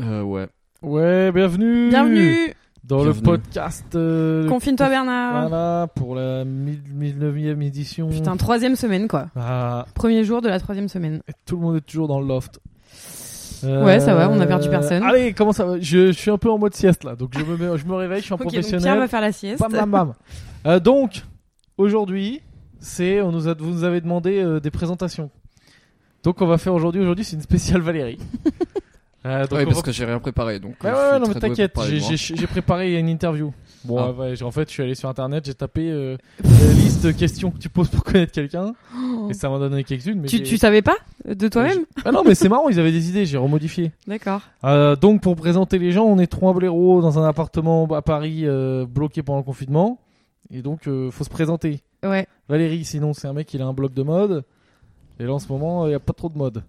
Euh, ouais. Ouais, bienvenue. Bienvenue dans Bienvenue. le podcast. euh, Confine-toi Bernard voilà pour la 1009e édition. Putain, troisième semaine quoi. Ah, Premier jour de la troisième semaine. et tout le monde est toujours dans le loft. Euh, Ouais, ça va, on a perdu personne. Allez, comment ça va je, je suis un peu en mode sieste là, donc je me, je me réveille, je suis un Ok, donc Pierre va professionnel. faire la sieste. Bam, bam, bam. Euh, donc, aujourd'hui, c'est, on nous a, vous nous avez demandé euh, des présentations. Donc, on va faire aujourd'hui, aujourd'hui, c'est une spéciale Valérie. Euh, donc Ouais, on parce va- que j'ai rien préparé donc. Ouais, euh, ouais, je suis ouais, non, très doué pour mais t'inquiète, parler de j'ai- moi. j'ai hein. j'ai préparé une interview. Bon, Ah. ouais, ouais, j'ai- en fait, je suis allé sur internet, j'ai tapé euh, la liste de questions que tu poses pour connaître quelqu'un, Oh. et ça m'a donné quelques-unes. mais Tu, j'ai- tu savais pas de toi-même Ah non, mais c'est marrant, ils avaient des idées, j'ai remodifié. D'accord. Euh, donc, pour présenter les gens, on est trois blaireaux dans un appartement à Paris euh, bloqué pendant le confinement, et donc, euh, faut se présenter. Ouais. Valérie, sinon, c'est un mec, il a un blog de mode, et là, en ce moment, il n'y a pas trop de mode.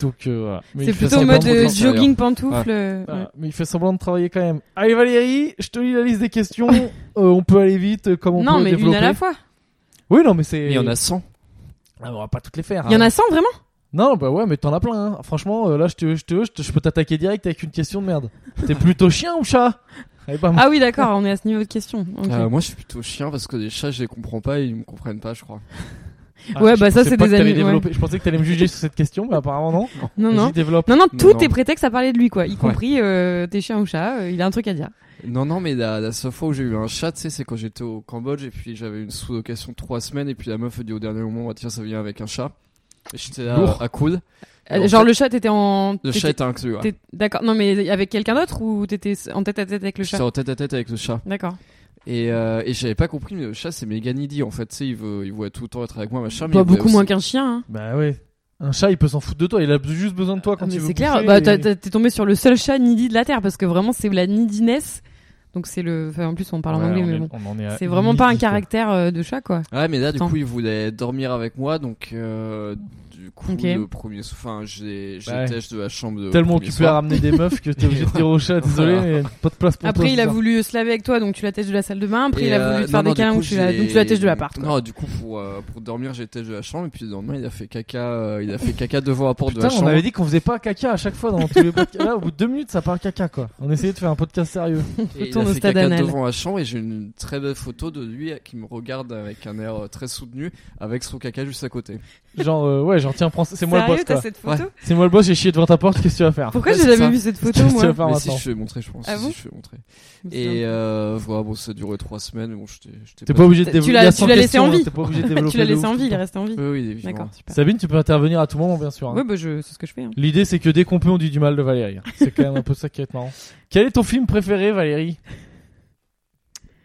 donc, euh, voilà. Mais C'est il fait plutôt semblant mode de- de euh, faire jogging pantoufle. euh, Ah, ouais. Mais il fait semblant de travailler quand même. Allez Valérie, je te lis la liste des questions. Euh, on peut aller vite, euh, comme on Non, peut mais développer. une à la fois. Oui, non, mais c'est. Mais Il y en a 100. Ah, on va pas toutes les faire. Il y en hein. a 100 vraiment Non, bah ouais, mais t'en as plein. hein. Franchement, euh, là, je te, je te, je te- je peux t'attaquer direct avec une question de merde. T'es plutôt chien ou chat Eh ben, Elle est pas mal. Ah oui, d'accord, on est à ce niveau de question. ok. Euh, moi je suis plutôt chien parce que les chats je les comprends pas et ils me comprennent pas je crois. Ah, ouais, je bah ça, pensais c'est pas des que t'allais amis, ouais. développer. Je pensais que t'allais me juger sur cette question, mais apparemment non. Non, Vas-y, non. développe. Non, non, Non, tout non. est prétexte à parler de lui quoi, y compris euh, tes chiens ou chats, euh, il a un truc à dire. Non non mais la, la seule fois où j'ai eu un chat tu sais c'est quand j'étais au Cambodge et puis j'avais une sous-location de 3 semaines et puis la meuf a dit au dernier moment Ah, tiens ça vient avec un chat. Et j'étais là Lourd. à coude. Euh, Et en Genre fait, le chat était en. le t'étais- chat était inclus. Ouais. t'étais- D'accord, non mais avec quelqu'un d'autre ou t'étais en tête à tête avec le J'étais chat en tête à tête avec le chat. D'accord. Et, euh, et j'avais pas compris, mais le chat c'est méga needy en fait, tu sais, il veut, il voulait tout le temps être avec moi, machin. mais Pas il voulait beaucoup moins aussi- qu'un chien. hein. Bah ouais. Un chat, il peut s'en foutre de toi. Il a juste besoin de toi quand Ah, mais il veut. c'est clair, bouffer bah, et- t'as- t'as- t'es tombé sur le seul chat needy de la Terre parce que vraiment c'est la neediness. Donc c'est le. Enfin, en plus, on parle Ouais, en anglais, on mais est- bon. on en est à C'est vraiment pas un midi, quoi. caractère euh, de chat quoi. Ouais, mais là, du Pourtant. coup, il voulait dormir avec moi, donc euh, du coup, Ok. le premier, sou- enfin, j'ai, j'ai Ouais. têche de la chambre de. euh, tellement premier occupé à soir. ramener des meufs que t'es obligé de dire au chat désolé Voilà. mais y a pas de place pour toi Après, il a c'est ça. voulu se laver avec toi, donc tu l'attèches de la salle de bain. Après, Et, il a euh, voulu te non, faire non, des du câlins, coup, donc tu l'as- j'ai- donc tu l'attèches de l'appart. quoi. Non, du coup, pour, euh, pour dormir, j'ai têche de la chambre, et puis le lendemain, il a fait caca, euh, il a fait caca devant la porte de Putain, la on chambre. avait dit qu'on faisait pas caca à chaque fois dans tous les podcasts. Là, au bout de deux minutes, ça part caca quoi. On essayait de faire un podcast sérieux. et il Retourne au a fait stade caca anal. devant la chambre, et j'ai une très belle photo de lui euh, qui me regarde avec un air euh, très soutenu, avec son caca juste à côté. Genre, euh, ouais, genre tiens, prends... c'est moi le Sérieux, boss t'as quoi. cette photo C'est moi le boss, j'ai chié devant ta porte, qu'est-ce que tu vas faire Pourquoi Ouais, j'ai c'est jamais ça. vu cette photo Qu'est-ce que tu vas moi faire mais si, maintenant je vais montrer, je pense. Ah si, bon je vais montrer. Et Et euh, voilà, bon, ça a duré trois semaines, bon, j'étais, j'étais T'es pas- pas obligé de Tu développer. l'as- il y a tu cent l'as laissé questions, en hein, vie. T'es pas obligé de développer. tu l'as de laissé ouf en vie, tout il le temps. reste en vie. Oui, oui, évidemment. D'accord, super. Sabine, tu peux intervenir à tout moment, bien sûr. hein. Ouais, bah je, c'est ce que je Euh, fais. hein. L'idée, c'est que dès qu'on peut, on dit du mal de Valérie. C'est quand même un peu ça qui est marrant. Quel est ton film préféré, Valérie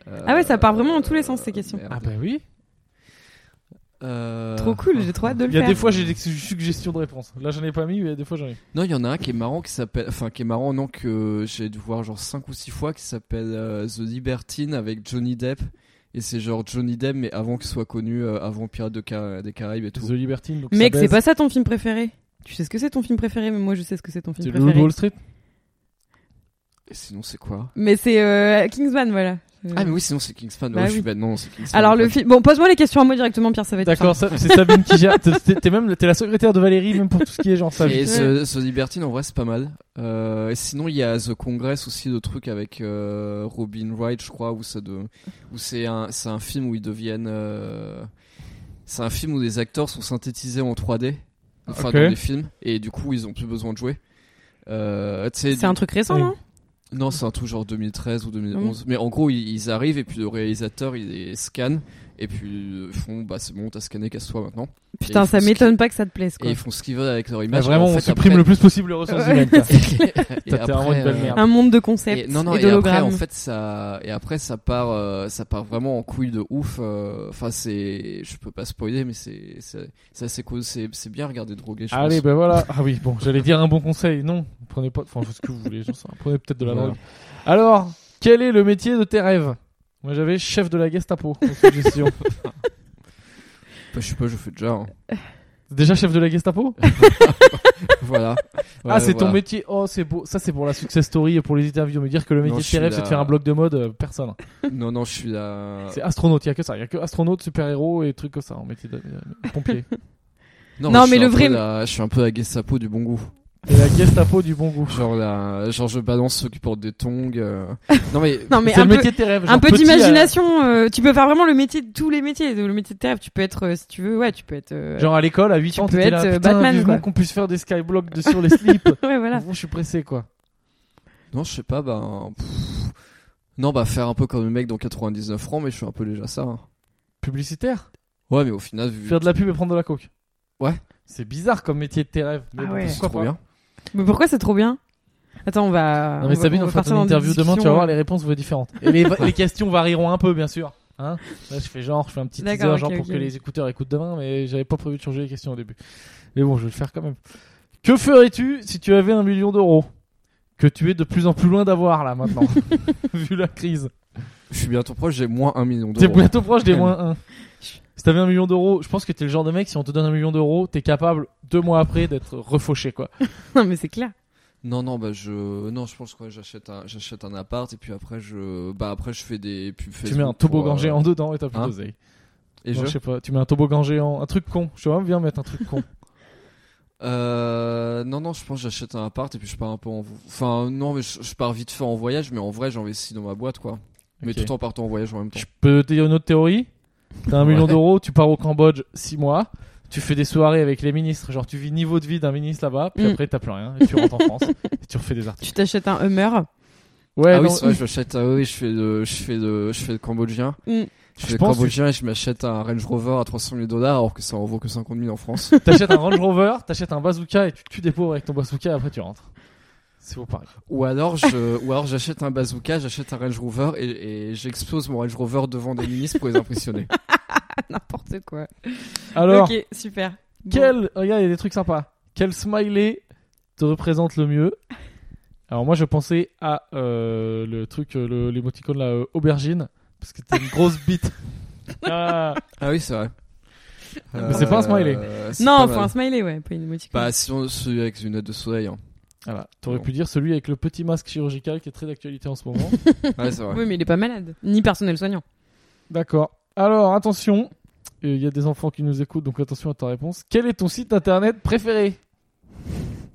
Euh, Ah ouais, ça part vraiment dans tous les sens, ces questions. merde. Ah bah oui. Euh, Trop ah. cool, j'ai trop hâte de le Il y a faire. des fois, j'ai des suggestions de réponses. Là, j'en ai pas mis, mais il y a des fois, j'en ai. Non, il y en a un qui est marrant qui s'appelle, enfin qui est marrant non que j'ai dû voir genre cinq ou six fois qui s'appelle euh, The Libertine avec Johnny Depp et c'est genre Johnny Depp mais avant qu'il soit connu, euh, avant Pirates de Ca- des Caraïbes et tout. The Libertine. Donc Mec, ça c'est baise. pas ça ton film préféré Tu sais ce que c'est ton film préféré, mais moi je sais ce que c'est ton film C'est le Loup de préféré. Wall Street. Et sinon c'est quoi Mais c'est euh, Kingsman, voilà. Euh, Ah mais oui, sinon c'est Kingsman. Bah Ouais, je suis oui. bête. Non, c'est Kingsman. Alors le Ouais. film. Bon, pose-moi les questions à moi directement, Pierre, ça va être. D'accord, ça- c'est Sabine qui gère. T'es- T'es t'es même, t'es la secrétaire de Valérie, même pour tout ce qui est genre Sabine. Et ce, ce Libertine en vrai c'est pas mal. Euh, et sinon il y a The Congress aussi le truc avec euh, Robin Wright je crois où ça de où c'est un c'est un film où ils deviennent euh, c'est un film où les acteurs sont synthétisés en 3D enfin Ok. dans les films et du coup ils ont plus besoin de jouer. Euh, tu sais, C'est un truc récent, non non, c'est un tout genre 2013 ou 2011. Mais en gros, ils, ils arrivent et puis le réalisateur il les scanne et puis euh, ils font bah c'est bon, t'as scanné, casse-toi maintenant. Putain, ils font ça ce qu'ils- m'étonne pas que ça te plaise, Et quoi. ils font ce qu'ils veulent avec leur Ah, image. vraiment, Et en on fait, supprime après- le plus possible les ressources Ouais, humaines. quoi. Et euh, T'as- t'es vraiment une belle merde. Un monde de concepts et non, non, et et, après, d'hologrammes. en fait, ça, et après, ça part, euh, ça part vraiment en couille de ouf. euh, Enfin, c'est, je peux pas spoiler, mais c'est, c'est c'est assez cool. C'est, c'est bien regarder drogué, je Allez, pense. ben voilà. Ah oui, bon, j'allais dire un bon conseil. Non, prenez pas. Enfin, ce que vous voulez. j'en sais rien. Prenez peut-être de la Voilà. drogue. Alors, quel est le métier de tes rêves Moi, j'avais chef de la Gestapo. en suggestion. Bah, je sais pas, je fais déjà. hein. Déjà chef de la Gestapo voilà. Ah, c'est ton métier métier. Oh, c'est beau. Ça, c'est pour la success story et pour les interviews. Me dire que le métier Non, de je tes suis rêves, c'est de là. Ah. faire un blog de mode, euh, personne. Non, non, je suis là. C'est astronaute, il y a que ça, il y a que astronaute, super-héros et trucs comme ça en métier de euh, pompier. Non, je mais suis le un peu vrai- la- Je suis un peu la Gestapo du bon goût. Et la Gestapo du bon goût. Genre, la... genre je balance ceux qui portent des tongs. euh. Non mais Non, mais C'est un le peu, métier de tes rêves. un genre peu petit, euh, d'imagination. euh, tu peux faire vraiment le métier de tous les métiers. Le métier de terre, tu peux être, euh, si tu veux, ouais, tu peux être. euh, euh, Genre à l'école, à 8 Tu ans, peux t'étais là, être, euh, putain, Batman, vivement quoi. qu'on puisse faire des skyblocks de sur les slips. ouais, voilà. Bon, je suis pressé, quoi. non je sais pas bah pff. non bah faire un peu comme le mec dans 99 francs mais je suis un peu déjà ça. hein. Publicitaire Ouais mais au final vu Faire de la pub et prendre de la coke. Ouais. C'est bizarre comme métier de tes rêves. mais Ah bon, ouais. c'est pourquoi trop pas. bien. Mais pourquoi c'est trop bien Attends, Ah, on va. Non mais va- Sabine, va on fait partir une dans des interview demain, tu vas discussions, voir, euh, les réponses vont être différentes. Et les, les questions varieront un peu, bien sûr. Hein Là, je fais genre, je fais un petit teaser, D'accord, ok, genre pour ok. que les écouteurs écoutent demain, mais j'avais pas prévu de changer les questions au début. Mais bon, je vais le faire quand même. Que ferais-tu si tu avais un million d'euros Que tu es de plus en plus loin d'avoir, là, maintenant. Vu la crise. Je suis bientôt proche j'ai moins un million T'es d'euros. bientôt proche des moins 1. Si t'avais un million d'euros, je pense que t'es le genre de mec, si on te donne un million d'euros, t'es capable, deux mois après, d'être refauché, quoi. Non, mais c'est clair. Non non bah je non je pense que ouais, j'achète un j'achète un appart et puis après je bah après je fais des pubs Facebook. tu mets un pour, toboggan euh, géant dedans et t'as plus hein d'oseille. Et Non, je je sais pas, tu mets un toboggan géant, un truc con. Je sais pas, viens mettre un truc con. Euh, non, non, je pense que j'achète un appart et puis je pars un peu en. vo- Enfin, non, mais je, je pars vite fait en voyage, mais en vrai, j'investis dans ma boîte, quoi. Mais Ok. tout en partant en voyage en même temps. Je peux te dire une autre théorie T'as un Ouais. million d'euros, tu pars au Cambodge 6 mois, tu fais des soirées avec les ministres, genre tu vis niveau de vie d'un ministre là-bas, puis Mm. après t'as plus rien, et tu rentres en France, et tu refais des articles. Tu t'achètes un Hummer. Ouais, ah oui, non, c'est vrai, j'achète. Ah oui, je fais le, je fais le, je fais le cambodgien. Mm. Je Je fais le pense que- cambodgien et je m'achète un Range Rover à 300 000 dollars alors que ça en vaut que 50 000 en France. t'achètes un Range Rover, t'achètes un bazooka, et tu tues des pauvres avec ton bazooka, et après tu rentres. C'est beau pareil. ou alors, je, ou alors j'achète un bazooka, j'achète un Range Rover et, et j'explose mon Range Rover devant des ministres pour les impressionner. N'importe quoi. Alors, ok, super. Bon. quel. Regarde, il y a des trucs sympas. Quel smiley te représente le mieux Alors moi je pensais à euh, le truc, euh, le- l'émoticône là, euh, aubergine, parce que t'es une grosse bite. Ah. Ah oui, c'est vrai. Mais c'est pas un smiley. Euh, c'est Non, pas faut mal. un smiley, ouais, pas une émoticône. Bah, sinon, celui avec une note de soleil. Hein. Voilà, t'aurais Bon. pu dire celui avec le petit masque chirurgical qui est très d'actualité en ce moment. Ouais, c'est vrai. Ah, Oui, mais il est pas malade. Ni personnel soignant. D'accord. Alors attention, euh, il y a des enfants qui nous écoutent, donc attention à ta réponse. Quel est ton site internet préféré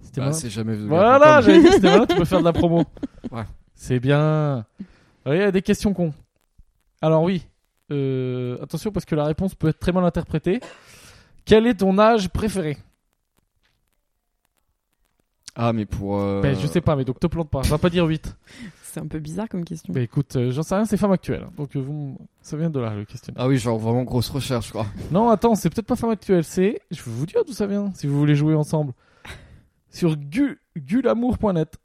C'était Bah, malin. c'est jamais vu. Voilà, j'avais dit c'était malin, tu peux faire de la promo. Ouais. C'est bien. Alors, Il y a des questions cons. Alors oui, euh, attention parce que la réponse peut être très mal interprétée. Quel est ton âge préféré Ah, mais pour. Euh... ben, Je sais pas, mais donc te plante pas. Je vais pas dire 8. C'est un peu bizarre comme question. Bah écoute, euh, j'en sais rien, c'est femme actuelle. Donc euh, vous, m- ça vient de là le questionnaire. Ah oui, genre vraiment grosse recherche, quoi. Non, attends, c'est peut-être pas femme actuelle, c'est. Je vais vous dire d'où ça vient, si vous voulez jouer ensemble. Sur gu- gulamour.net.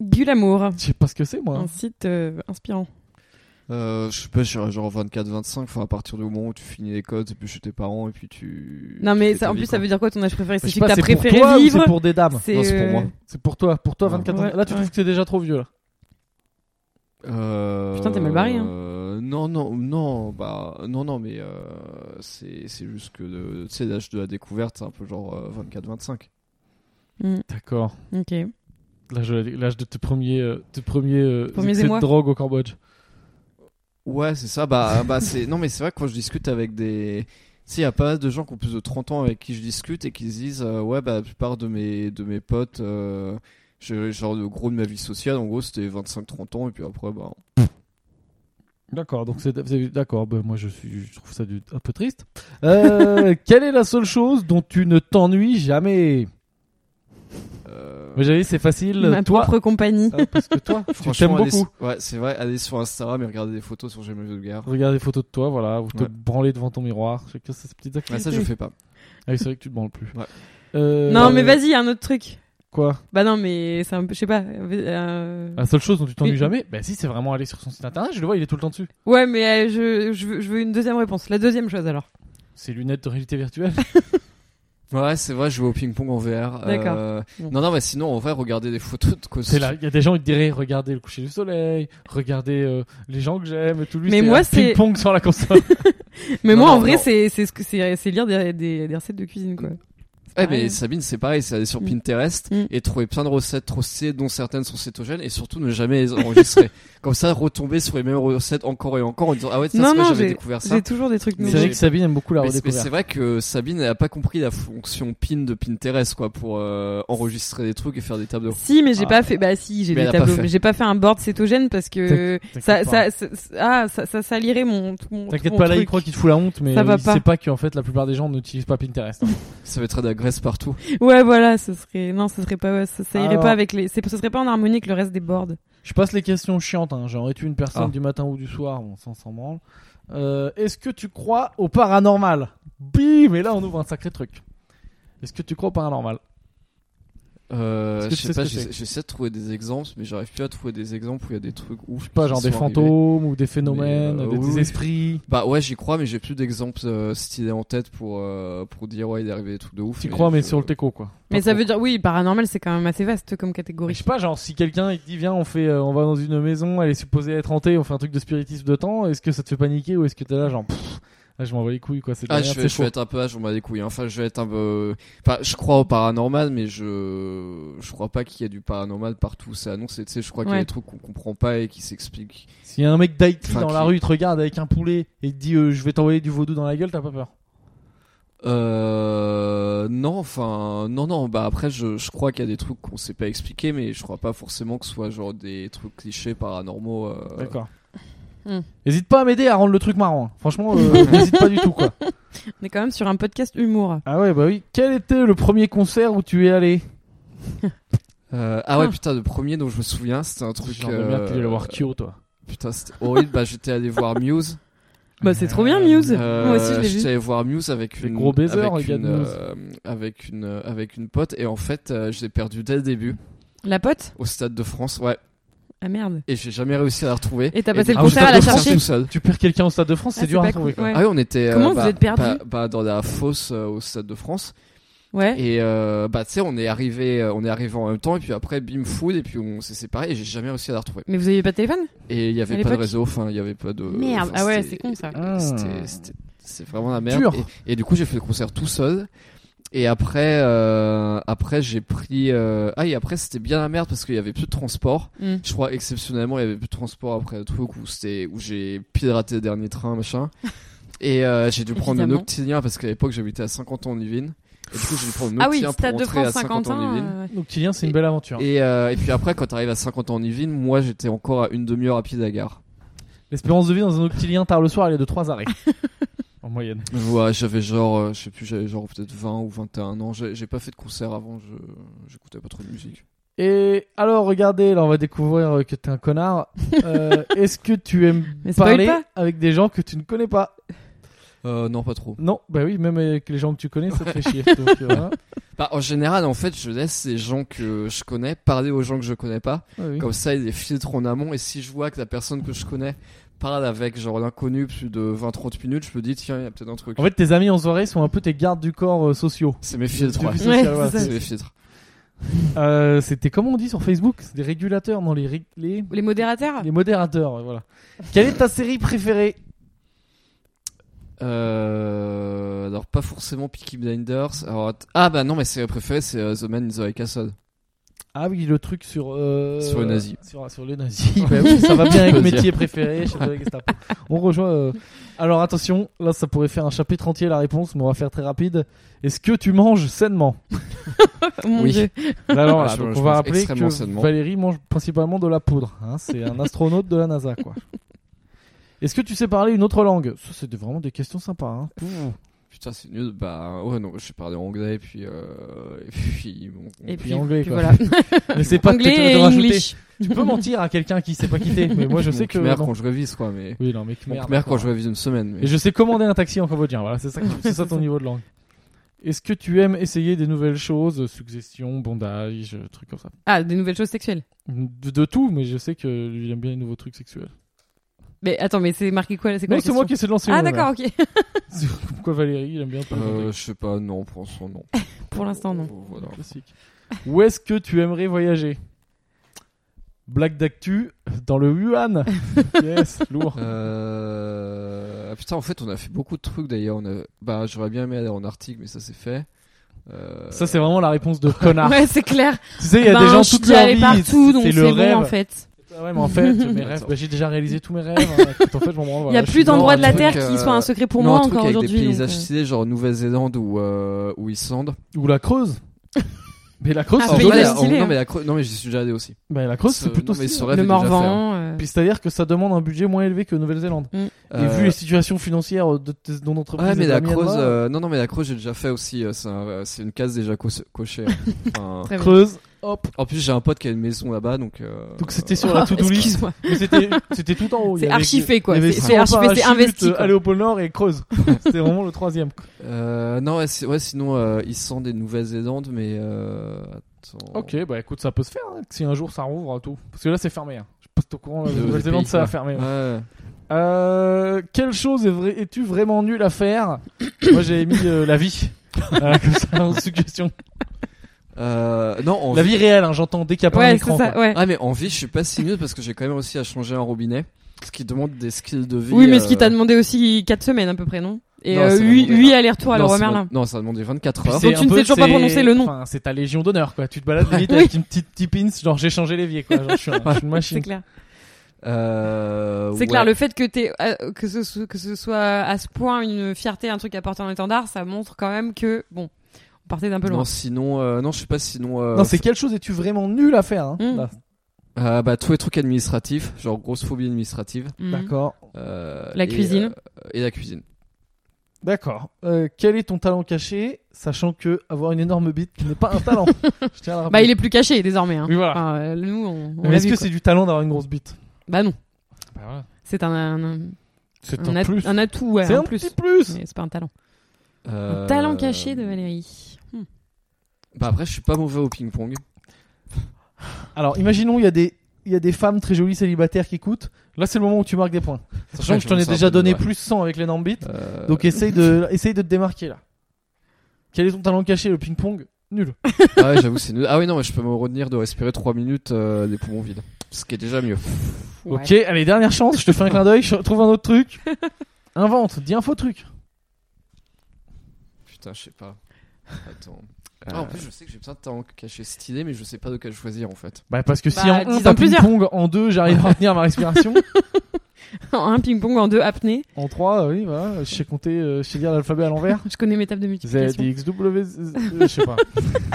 Gulamour, Je sais pas ce que c'est, moi. hein. un site euh, inspirant. Euh, je sais pas, je dirais genre 24-25, enfin à partir du moment où tu finis les codes, et puis chez tes parents, et puis tu. Non, mais ça, en plus, ça veut dire quoi ton âge préféré Bah, C'est celui que t'as préféré pour toi ou vivre C'est pour des dames. Non, c'est pour moi. C'est pour toi, pour toi, 24 ans. Ouais, Là, tu ouais. trouves que t'es déjà trop vieux, là. Euh... Putain, t'es mal barré, hein. euh, Non, non, non, bah, non, non, mais euh, c'est c'est juste que, le- tu sais, l'âge de la découverte, c'est un peu genre euh, 24-25. D'accord. euh, mm, Ok. L'âge de la- l'âge de tes premiers, euh, tes premiers, euh, Premiers excès de émois. drogue au Cambodge. Ouais, c'est ça, bah, bah c'est. Non, mais c'est vrai que quand je discute avec des. Tu sais, il y a pas mal de gens qui ont plus de 30 ans avec qui je discute et qui se disent euh, Ouais, bah, la plupart de mes, de mes potes, euh, je- genre, le gros de ma vie sociale, en gros, c'était 25-30 ans, et puis après, bah. D'accord, donc c'est c'est- d'accord. ben moi, je suis, je trouve ça du- un peu triste. Euh, quelle est la seule chose dont tu ne t'ennuies jamais euh, Moi, j'avais, dit, c'est facile. Ma toi, propre compagnie. Ah, parce que toi, tu franchement, t'aimes allez beaucoup. sur- ouais, c'est vrai, allez sur Instagram et regardez des photos sur Gmail Vulgaire. Regarde des photos de toi, voilà, ou te Ouais. branler devant ton miroir. C'est que ces petites Ouais, activités. ça, je fais pas. Ah oui, c'est vrai que tu te branles plus. Ouais. Euh, Non, mais vas-y, un autre truc. Quoi Bah non, mais c'est un peu, je sais pas. euh, La seule chose dont tu t'ennuies Mais- jamais Bah si, c'est vraiment aller sur son site internet. Je le vois, il est tout le temps dessus. Ouais, mais euh, je, je, veux, je veux une deuxième réponse. La deuxième chose alors. Ses lunettes de réalité virtuelle. Ouais, c'est vrai, je joue au ping-pong en VR. D'accord. euh, Bon. Non, non, mais sinon, en vrai, regardez des photos de cause. c'est là, il y a des gens qui te diraient regardez le coucher du soleil, regardez euh, les gens que j'aime et tout. Lui, Mais moi, un c'est- ping-pong sur la console. Mais Non, moi, non, en vrai, non. c'est c'est ce que- c'est c'est lire des, des, des recettes de cuisine quoi. Eh pareil. mais Sabine, c'est pareil, c'est aller sur Mm. Pinterest Mm. et trouver plein de recettes trop stylées, dont certaines sont cétogènes, et surtout ne jamais les enregistrer. Comme ça, retomber sur les mêmes recettes encore et encore en disant ah ouais, ça, Non, c'est vrai, non, j'avais j'ai- découvert ça. J'ai toujours des trucs Mais C'est nouveaux. vrai que Sabine aime beaucoup la Mais c'est- mais c'est redécouverte. vrai que Sabine n'a pas compris la fonction pin de Pinterest quoi pour euh, enregistrer des trucs et faire des tableaux. Si, mais j'ai Ah. pas fait. Bah si, j'ai Mais elle des a pas tableaux. fait. Mais j'ai pas fait un board cétogène parce que T'inquiète ça, pas. ça, ça, ça- ah, ça, ça salirait mon. tout mon- tout T'inquiète mon pas, là il truc. croit qu'il te fout la honte, mais Ça va il pas. sait pas qu'en fait la plupart des gens n'utilisent pas Pinterest. hein. Ça va être de la graisse partout. Ouais, voilà, ce serait. Non, ce serait pas. Ça, ça irait Alors. pas avec les. c'est- Ce serait pas en harmonie avec le reste des boards. Je passe les questions chiantes, hein. genre es-tu une personne Ah. du matin ou du soir Bon, ça on s'en branle. Euh, Est-ce que tu crois au paranormal Bim Et là on ouvre un sacré truc. Est-ce que tu crois au paranormal Euh, Est-ce je que tu sais sais ce pas, que j'essa- c'est j'essaie de trouver des exemples, mais j'arrive plus à trouver des exemples où il y a des trucs ouf. Je sais pas, qui genre sont des arrivés. fantômes ou des phénomènes, Mais, euh, des, oui, des oui. esprits. Bah ouais, j'y crois, mais j'ai plus d'exemples euh, stylés en tête pour euh, pour dire ouais, il est arrivé des trucs de ouf. Tu crois, mais je- sur le teco quoi. Mais ça trop. veut dire, oui, paranormal, c'est quand même assez vaste comme Mais catégorie. Je sais pas, genre si quelqu'un il te dit viens, on fait, euh, on va dans une maison, elle est supposée être hantée, on fait un truc de spiritisme de temps. Est-ce que ça te fait paniquer ou est-ce que t'es là genre pff, ah, je m'en vais les couilles quoi. C'est de la Ah, merde, je vais, c'est je vais faux. être un peu âge, on m'a des couilles. hein. Enfin, je vais être un peu. Enfin, je crois au paranormal, mais je je crois pas qu'il y a du paranormal partout. C'est annoncé, tu sais. Je crois qu'il y a Ouais. des trucs qu'on comprend pas et qui s'expliquent. Si y a un mec d'Haïti Enfin, dans la qui- rue, il te regarde avec un poulet et te dit euh, je vais t'envoyer du vaudou dans la gueule, t'as pas peur Euh, non, enfin, non, non. Bah après, je, je crois qu'il y a des trucs qu'on sait pas expliquer, mais je crois pas forcément que ce soit genre des trucs clichés paranormaux. euh, D'accord. Hmm. Hésite pas à m'aider à rendre le truc marrant. hein. Franchement, euh, n'hésite pas du tout quoi. On est quand même sur un podcast humour. Ah ouais, bah oui. Quel était le premier concert où tu es allé Euh, ah ouais, Ah. putain, le premier dont je me souviens, c'était un truc. Genre de merde, tu euh, dois l'avoir Kyo toi. Putain, c'était horrible. bah, j'étais allé voir Muse. Bah, c'est trop bien, Euh, Muse. Euh, Moi aussi, je l'ai j'étais vu. allé voir Muse avec Des une gros baisers, avec les gars de une, Muse. euh, avec une euh, avec une pote et en fait, euh, je l'ai perdu dès le début La pote au stade de France, ouais. Ah merde. Et j'ai jamais réussi à la retrouver. Et t'as passé du le coup, concert je à la l'ai chercher tout seul. Tu perds quelqu'un au Stade de France, Ah, c'est dur pas à trouver cool, quoi. ouais. Ah oui, on était euh, Comment vous bah, êtes perdus bah- bah, dans la fosse euh, au stade de France Ouais. et euh, bah tu sais on est arrivé euh, on est arrivé en même temps et puis après bim food et puis on s'est séparés et j'ai jamais réussi à la retrouver. Mais vous avez pas de téléphone Et il y À avait pas de l'époque- réseau, enfin il y avait pas de. Merde. enfin, Ah ouais, c'était- c'est con, ça. euh, c'était- Ah. c'était- C'est vraiment la merde. Dur. Et, et du coup j'ai fait le concert tout seul. Et après, euh, après j'ai pris. euh, Ah et après c'était bien la merde parce qu'il y avait plus de transport. Hmm. Je crois exceptionnellement il y avait plus de transport après le truc où c'était où j'ai piraté le dernier train machin. Et euh, j'ai dû prendre le Évidemment. Noctilien parce qu'à l'époque j'habitais à 50 ans en Yvelines. Et du coup j'ai dû prendre le Ah oui, Noctilien pour Stade de rentrer France à 50 ans en Yvelines. Saint-Quentin. euh, ouais. Donc Kylian, c'est une belle aventure. Et, euh, et puis après, quand t'arrives à 50 ans en Yvelines, moi j'étais encore à une demi-heure à pied de la gare. L'espérance de vie dans un octilien tard le soir, elle est de 3 arrêts. en moyenne. Ouais, j'avais genre, euh, je sais plus, j'avais genre peut-être 20 ou 21 ans. J'ai j'ai pas fait de concert avant, je j'écoutais pas trop de musique. Et alors, regardez, là, on va découvrir euh, que t'es un connard. Euh, Est-ce que tu aimes Mais spoil parler pas. avec des gens que tu ne connais pas Euh, non, pas trop. Non, bah oui, même avec les gens que tu connais, ça te fait chier. Donc, euh, voilà. Bah, en général, en fait, je laisse les gens que je connais parler aux gens que je connais pas. Ouais, oui. Comme ça, il y a des filtres en amont. Et si je vois que la personne que je connais parle avec genre l'inconnu plus de 20-30 minutes, je me dis, tiens, il y a peut-être un truc. En fait, tes amis en soirée sont un peu tes gardes du corps euh, sociaux. C'est mes filtres, Du ouais. vie Ouais, sociale, voilà. c'est C'est ça. mes filtres. Euh, C'était comment on dit sur Facebook C'est des régulateurs, non les, ré- les... Les modérateurs les modérateurs, euh, voilà. Quelle est ta série préférée Euh... Alors, pas forcément Peaky Blinders. Alors, att- ah, bah non, mais c'est préféré, c'est euh, The Man in the High Castle. Ah oui, le truc sur euh, Sur les nazis. Sur, sur les nazis. bah oui, ça va bien avec Vas-y. métier préféré, chef de la Gestapo. On rejoint. euh, Alors attention, là ça pourrait faire un chapitre entier la réponse, mais on va faire très rapide. Est-ce que tu manges sainement Oh mon Oui. dieu. Là, Alors Ah, là, je- donc je on va mange rappeler extrêmement que sainement. Valérie mange principalement de la poudre. hein, C'est un astronaute de la NASA, quoi. Est-ce que tu sais parler une autre langue Ça, c'est vraiment des questions sympas. hein. Putain, c'est nul. Bah ouais, non, je parlé anglais et puis. Euh, et puis. bon, puis Et puis, anglais, puis quoi. voilà. Mais c'est pas que Anglais tu dois et rajouter. English. Tu peux mentir à quelqu'un qui s'est pas quitté, mais moi je mon sais que. Khmer non. quand je révise, quoi, mais. Oui, non, mais que Mon merde, Khmer quoi. quand je révise une semaine. Mais... Et je sais commander un taxi en cambodgien, voilà, c'est ça, c'est ça ton niveau de langue. Est-ce que tu aimes essayer des nouvelles choses, euh, suggestions, bondage, euh, trucs comme ça Ah, des nouvelles choses sexuelles. de, de tout, mais je sais que lui il aime bien les nouveaux trucs sexuels. Mais attends, mais c'est marqué quoi là C'est quoi Non, la c'est moi qui question essaie de lancer. Ah une, d'accord, ok. voilà. Pourquoi Valérie, il aime bien tout le Euh, contexte. je sais pas, non, pour l'instant, non. Euh, Pour l'instant, non. Voilà. Classique. Où est-ce que tu aimerais voyager Blague d'actu dans le Wuhan. yes, lourd. Euh... ah, Putain, en fait, on a fait beaucoup de trucs d'ailleurs. On a... Bah, j'aurais bien aimé aller en Arctique, mais ça c'est fait. Euh, Ça, c'est vraiment la réponse de connard. Ouais, c'est clair. Tu sais, il y a Ben, des gens je suis toute leur allée vie, partout, donc c'est c'est le bon rêve. en fait. Ah ouais, mais en fait, mes rêves, Attends. bah, j'ai déjà réalisé tous mes rêves. hein, écoute, en fait, je m'en branle, Il y voilà, a je plus suis dans d'endroits un de la truc, truc, terre euh, qui soient un secret pour non, moi un truc encore avec des aujourd'hui. paysages donc, euh, stylés, genre Nouvelle-Zélande ou, euh, ou Islande. Ou la Creuse. Mais la Creuse, Ah, c'est mais non, paysage mais, la- dommage. stylé, non, hein. mais la Creu- non, mais j'y suis déjà allé aussi. Bah, la Creuse, Ce- c'est plutôt non, mais ce stylé. rêve Le est déjà fait, hein. Morvan. euh, Puis c'est-à-dire que ça demande un budget moins élevé que Nouvelle-Zélande. Et Euh, vu les situations financières de, de, de notre Ouais, entreprise mais et de la Myanmar, Creuse, euh, non, non, mais la Creuse, j'ai déjà fait aussi. euh, c'est un- euh, c'est une case déjà co- cochée. hein. Enfin, très bien. Creuse, hop. en plus, j'ai un pote qui a une maison là-bas, donc. euh, Donc c'était sur la to-do list. Excuse-moi. Mais C'était c'était tout en haut. il y C'est avait- archivé, quoi. il y avait C'est- C'est Saint-Ouen, archivé, c'est Parachute, investi. quoi. euh, Aller au pôle Nord et Creuse. C'était vraiment le troisième. quoi. euh, non, ouais, si- ouais, sinon, euh, ils sont des Nouvelle-Zélande, mais. euh, attends. Ok, bah écoute, ça peut se faire hein, si un jour ça rouvre tout. Parce que là, c'est fermé. Hein. Je suis pas au courant. La De- des Nouvelle-Zélande, pays, ça a quoi. fermé. ouais. Ouais. Euh, quelle chose est vrai- es-tu vraiment nul à faire Moi, j'avais mis euh, la vie. Euh, comme ça, en suggestion. Euh, non, en La vie- vie réelle, hein, j'entends, dès qu'il n'y a pas un Ouais, écran. c'est ça. quoi. Ouais. Ah, mais en vie, je suis pas si nul parce que j'ai quand même réussi à changer un robinet. Ce qui demande des skills de vie. Oui, mais ce qui euh, t'a demandé aussi 4 semaines à peu près, non Et Non, c'est 8, vraiment- allers-retours à non, Leroy ça m'a- Merlin. Non, ça a demandé 24 Puis heures. c'est Donc, tu un ne peu- sais toujours pas c'est- prononcer le nom. Enfin, c'est ta légion d'honneur, quoi. Tu te balades limite Oui. avec une petite tipins, genre j'ai changé l'évier, quoi. Genre, je, suis un- je suis une machine. C'est clair. Euh, C'est ouais. clair, le fait que, t'aies, euh, que, ce, so- que ce soit à ce point une fierté, un truc à porter en étendard, ça montre quand même que, bon, on partait d'un peu loin. Non, sinon, euh, non, je sais pas, sinon. euh, Non, c'est quelle chose es-tu vraiment nul à faire hein Mm. Là, euh, bah, tous les trucs administratifs, genre grosse phobie administrative. Mhm. D'accord. Euh, La et, cuisine. euh, et la cuisine. D'accord. Euh, quel est ton talent caché, sachant que avoir une énorme bite n'est pas un talent Je tiens à le rappeler. Bah, il est plus caché désormais. Hein. Ah Oui, voilà. Enfin, euh, nous, on, on Mais l'a est-ce vu, que quoi. c'est du talent d'avoir une grosse bite Bah non, Bah voilà. c'est un, un, C'est un un at- plus. un atout, ouais, C'est un en plus. petit plus. Mais c'est pas un talent. Euh, Un talent caché de Valérie. Hmm. Bah, après, je suis pas mauvais au ping-pong. Alors, imaginons, il y a des. Il y a des femmes très jolies célibataires qui écoutent. Là, c'est le moment où tu marques des points. Sachant que je t'en ai déjà donné plus 100 avec l'énorme bite. Euh, Donc essaye de, essaye de te démarquer là. Quel est ton talent caché Le ping-pong Nul. ah ouais, j'avoue, c'est nul. Ah oui, non, mais je peux me retenir de respirer 3 minutes euh, des poumons vides. Ce qui est déjà mieux. Ouais. Ok, allez, dernière chance, je te fais un clin d'œil, je trouve un autre truc. Invente, dis un faux truc. Putain, je sais pas. Attends. Ah, en plus, je sais que j'ai besoin de talent caché stylé, mais je sais pas de quel choisir en fait. Bah parce que si Bah, en 1 dis-en t'as plusieurs. ping-pong, en 2 j'arrive à retenir ma respiration, En un ping-pong, en deux apnée. en 3 oui voilà, je sais compter, euh, je sais dire l'alphabet à l'envers. Je connais mes tables de Z, multiplication. X, W, Z, euh, je sais pas.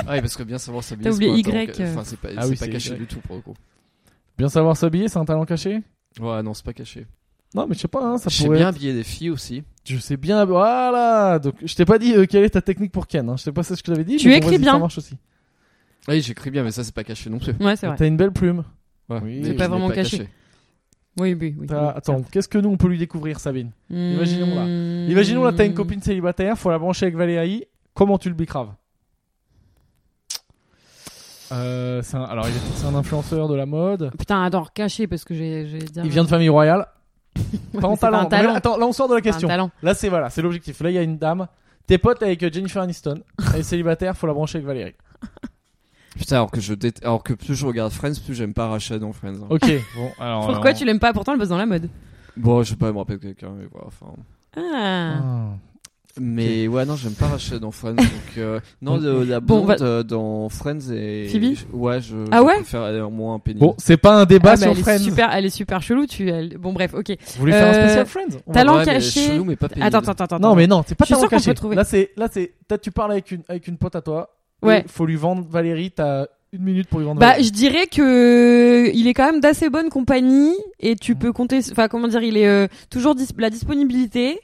Ah, oui, parce que bien savoir s'habiller. T'as c'est oublié pas un Y, talent ca- euh. Enfin, c'est pas, Ah c'est oui, pas c'est caché Y. du tout pour le coup. Bien savoir s'habiller, c'est un talent caché Ouais, non, c'est pas caché. Non mais je sais pas, hein, ça Je sais pourrait... bien habiller des filles aussi. Je sais bien, voilà Donc je t'ai pas dit euh, quelle est ta technique pour Ken, hein. je sais pas c'est ce que j'avais dit. Tu mais bon, écris vas-y, Ça bien. marche aussi. Ah Oui, j'écris bien, mais ça, c'est pas caché non plus. Ouais, c'est vrai. T'as une belle plume. Ouais, Oui. mais C'est je pas l'ai vraiment caché. Oui, oui, Mmh. oui. T'as- Ah, Attends, qu'est-ce que nous on peut lui découvrir, Sabine Imaginons, là. Imaginons là, Hmm. t'as une copine célibataire, faut la brancher avec Valérie. Comment tu le bicraves euh, c'est un, alors, il est- c'est un influenceur de la mode. Putain, adore caché parce que j'ai. j'ai dire- Il vient de famille royale. Ouais, Pas en mais c'est pas talent. un talent. Mais là, attends, là on sort de la C'est pas un question. talent. Là c'est voilà, c'est l'objectif. Là il y a une dame. T'es pote avec euh, Jennifer Aniston. Elle est célibataire, faut la brancher avec Valérie. Putain, alors que, je dét- alors que plus je regarde Friends, plus j'aime pas Rachel dans Friends. hein. Ok, bon, alors. Pourquoi alors- tu l'aimes pas Pourtant, elle bosse dans la mode. Bon, je sais pas, elle me rappelle quelqu'un, mais voilà, enfin. Ah. Ah. Mais ouais, non, j'aime pas Rachel dans Friends. donc, euh, non, le- la Bon, blonde va- euh, dans Friends et. Phoebe Ouais, je, Ah je ouais préfère elle est moins pénible. Bon, c'est pas un débat Ah, mais sur elle est Friends. super, elle est super chelou. Tu, elle- bon bref, ok. Vous voulez faire un Euh, spécial Friends On va talent Ouais, mais caché. Chelou, mais pas pénible. Attends, attends, attends, attends. Non mais non, c'est pas Je suis talent sûre qu'on caché. peut trouver. Là c'est là c'est t'as- tu parles avec une avec une pote à toi. et Ouais. Faut lui vendre Valérie, t'as une minute pour lui vendre. Bah, Valérie. je dirais que euh, il est quand même d'assez bonne compagnie et Mm. tu peux compter. Enfin, comment dire, il est euh, toujours dis- la disponibilité.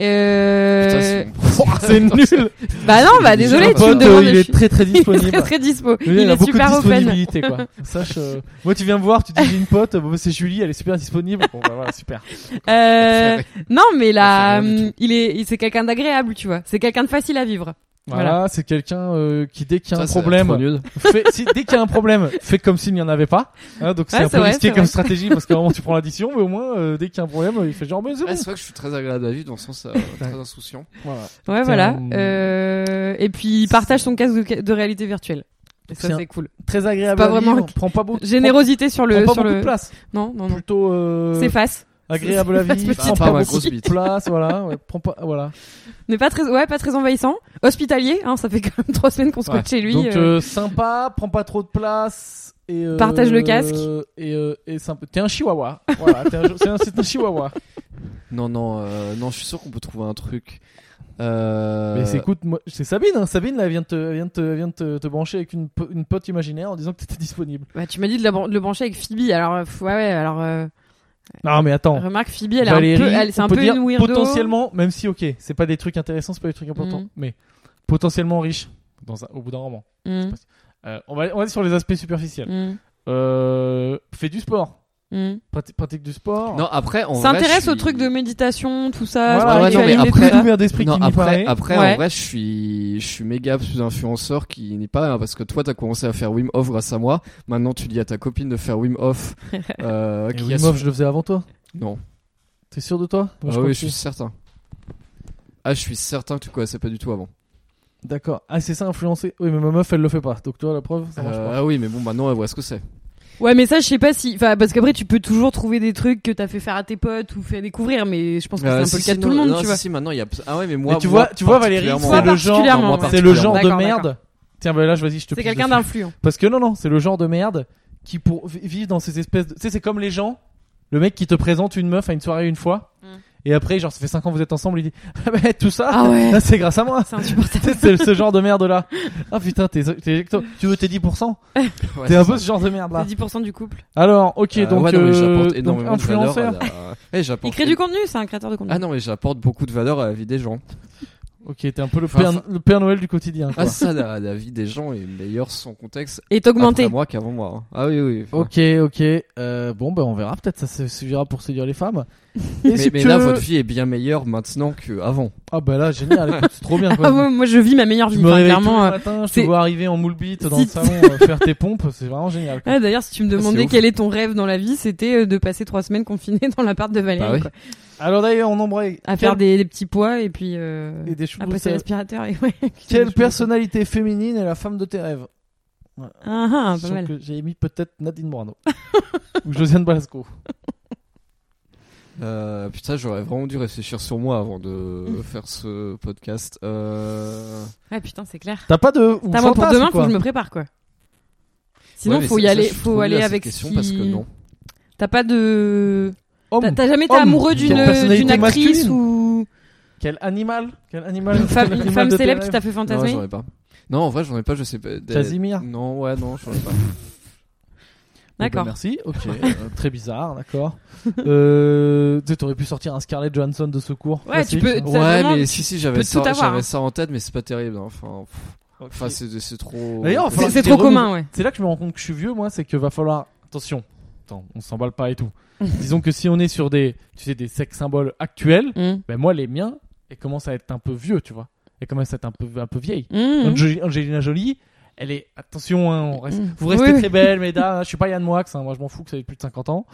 Euh... Putain, c'est mon principe. Oh, c'est nul. Bah non, bah Il est désolé, déjà tu me bonne, euh, demandes. il je est suis- très très disponible. Il est très, très dispo. Je veux dire, il a est beaucoup super de open. disponibilité quoi. Sache, euh, moi tu viens me voir, tu dis j'ai une pote, euh, bon, bah, c'est Julie, elle est super disponible. Bon bah voilà, super. Euh, non, mais là, Ça fait rien du hum, il est, il- c'est quelqu'un d'agréable, tu vois. C'est quelqu'un de facile à vivre. Voilà, c'est quelqu'un euh, qui dès qu'il y Putain, a un ça a l'air trop problème, nul. fait, si, dès qu'il y a un problème, fait comme s'il n'y en avait pas. Hein, donc c'est Ouais, un c'est peu vrai, risqué c'est comme vrai. stratégie parce qu'à un moment tu prends l'addition, mais au moins euh, dès qu'il y a un problème, il fait genre mais c'est Ouais, bon. Bah, c'est vrai que je suis très agréable à la vie dans le sens euh, très insouciant. Voilà. Ouais, C'est voilà. un- Euh, et puis, il partage son casque de, de réalité virtuelle. Et ça, C'est un- c'est cool. Très agréable. C'est Pas pas vraiment. vraiment- Prends pas beaucoup. Générosité sur prends- le, prends pas sur beaucoup le. de place. Non, non, non. Plutôt. euh, S'efface. agréable à Pas vivre, petite prends Pas pas ma beaucoup Ah, grosse de bite. place, voilà, ouais, prends pas, voilà. Mais pas très, ouais, pas très envahissant. Hospitalier, hein, ça fait quand même trois semaines qu'on se Ouais. squatte chez lui. Donc euh, euh, sympa, prends pas trop de place. Et euh, Partage le casque. Et, euh, et sympa. T'es un chihuahua. Voilà, t'es un- c'est un, c'est un chihuahua. Non, non, euh, non, je suis sûr qu'on peut trouver un truc. Euh, Mais c'est- écoute, moi- c'est Sabine. hein. Sabine, là, elle vient, te, elle vient, te, elle vient te, te brancher avec une, po- une pote imaginaire en disant que t'étais disponible. bah, tu m'as dit de, la bran- de le brancher avec Phoebe, alors, euh, ouais, ouais, alors, euh, Non, mais attends. remarque, Phoebe, elle est Valérie, un peu, elle, c'est on un peut peu dire une weirdo. potentiellement, même si, ok, c'est pas des trucs intéressants, c'est pas des trucs importants, Mhm. mais potentiellement riche dans un- au bout d'un moment. Mm, Euh, on, va, on va aller sur les aspects superficiels. mm, Euh, fais du sport. mm. Prati- pratique du sport. Non, après, en vrai, S'intéresse je suis- au truc de méditation, tout ça. Voilà, ouais, non, mais spiritualité, après- tout ça. Ouvert d'esprit Non, qui m'y après, paraît. après Ouais. en vrai, je suis, je suis méga influenceur qui n'est pas, parce que toi, t'as commencé à faire Wim Hof grâce à moi. Maintenant, tu dis à ta copine de faire Wim Hof. euh, Et qui Wim a Hof, son- je le faisais avant toi. Non. T'es sûr de toi Moi, Ah je oui, crois je que suis si. certain. Ah, je suis certain que tu connaissais pas du tout avant. D'accord. Ah, c'est ça, influencer. Oui, mais ma meuf, elle le fait pas. Donc, toi, la preuve, ça marche Euh, pas. ah oui, mais bon, maintenant, elle voit ce que c'est. Ouais, mais ça, je sais pas si. Enfin, parce qu'après, tu peux toujours trouver des trucs que t'as fait faire à tes potes ou fait découvrir, mais je pense que c'est Euh, un si, peu le cas si, de tout non, le monde, non, tu si, vois. si, maintenant, il y a. Ah ouais, mais moi. Mais tu moi, vois- tu vois, Valérie, particulièrement- c'est le genre- particulièrement, Non, moi, ouais. C'est le genre de D'accord, merde. d'accord. Tiens, ben là, je- vas-y, je te C'est pisse quelqu'un dessus. d'influent. Parce que non, non, c'est le genre de merde qui pour vi- vivent dans ces espèces de. Tu sais, c'est comme les gens. Le mec qui te présente une meuf à une soirée une fois. Mm. Et après, genre, ça fait 5 ans que vous êtes ensemble, il dit Ah, bah, tout ça, Ah ouais. là, c'est grâce à moi. C'est insupportable. Tu sais, c'est ce genre de merde là. Ah putain, t'es, t'es- tu veux tes 10% euh, Ouais, T'es un c'est peu ça. ce genre de merde là. C'est 10% du couple. Alors, ok, Euh, donc, ouais, non, mais euh, j'apporte donc énormément de valeur. influenceur. à la- Ouais, j'apporte- Il crée du contenu, c'est un créateur de contenu. Ah non, mais j'apporte beaucoup de valeur à la vie des gens. Ok, t'es un peu le Enfin, père, enfin- le Père Noël du quotidien. quoi. Ah, ça, la, la vie des gens est meilleure sans contexte Est augmenté. après moi qu'avant moi. hein. Ah oui, oui. enfin. Ok, ok. Euh, bon, ben on verra. Peut-être ça se- suffira pour séduire les femmes. Et Mais, si mais tu là, veux- votre vie est bien meilleure maintenant qu'avant. Ah bah là, génial. écoute, c'est trop bien. Quoi. Ah ouais, moi je vis ma meilleure tu vie, me enfin, réveilles tous clairement. les euh. matins, je te c'est- vois arriver en moule bite dans le Si- salon, euh, faire tes pompes, c'est vraiment génial. quoi. Ah, D'ailleurs, si tu me c'est demandais ouf. quel est ton rêve dans la vie, c'était euh, de passer trois semaines confiné dans l'appart de Valérie, Bah oui. quoi. Alors d'ailleurs, on embraye. à faire des, des petits pois et puis euh, et des choux de après c'est Bruxelles. l'aspirateur et ouais. Quelle Je- personnalité féminine est la femme de tes rêves Ah, ah, pas Sachant mal. que j'ai mis peut-être Nadine Morano ou Josiane Balasco. Euh, putain, j'aurais vraiment dû réfléchir sur moi avant de Mm. faire ce podcast. Euh... Ah putain, c'est clair. T'as pas de ou T'as moi pour fantasme, demain, faut quoi que je me prépare quoi. Sinon, ouais, mais faut y ça, aller, je suis trop faut nul à aller cette avec. question qui- parce que non. T'as pas de. Homme. T'as t'as jamais été Homme. amoureux Quelle d'une personnalité d'une actrice masculine. ou Quel animal Quel animal une femme, Quel une animal femme de tes célèbre qui rêves t'a fait Non, fantasmer j'en ai pas. Non, en vrai, j'en ai pas, je sais pas. Des- Casimir. Non, ouais, non, j'en ai pas. Bon, bah, D'accord. merci. Ok. euh, très bizarre, d'accord. Euh, tu sais, t'aurais pu sortir un Scarlett Johansson de secours. Ouais, tu classique, peux- hein. Ça, ouais, vraiment, mais tu si, si, peux j'avais tout ça, avoir, j'avais hein. ça en tête, mais c'est pas terrible. hein. Enfin, pff, enfin c'est c'est trop. D'ailleurs, C'est- Faudra C'est que trop t'aies commun, ouais. C'est là que je me rends compte que je suis vieux, moi, c'est que va falloir. Attention. Attends, on s'emballe pas et tout. Disons que si on est sur des, tu sais, des sex symboles actuels, Mmh. ben moi, les miens, elles commencent à être un peu vieux, tu vois. Elles commencent à être un peu, un peu vieilles. Mmh. Ange- Angelina Jolie, elle est. Attention, hein, on reste- Mm. vous restez Oui, oui. très belle, mesdames. hein, Je suis pas Yann Moix, hein, moi je m'en fous que ça ait plus de 50 ans.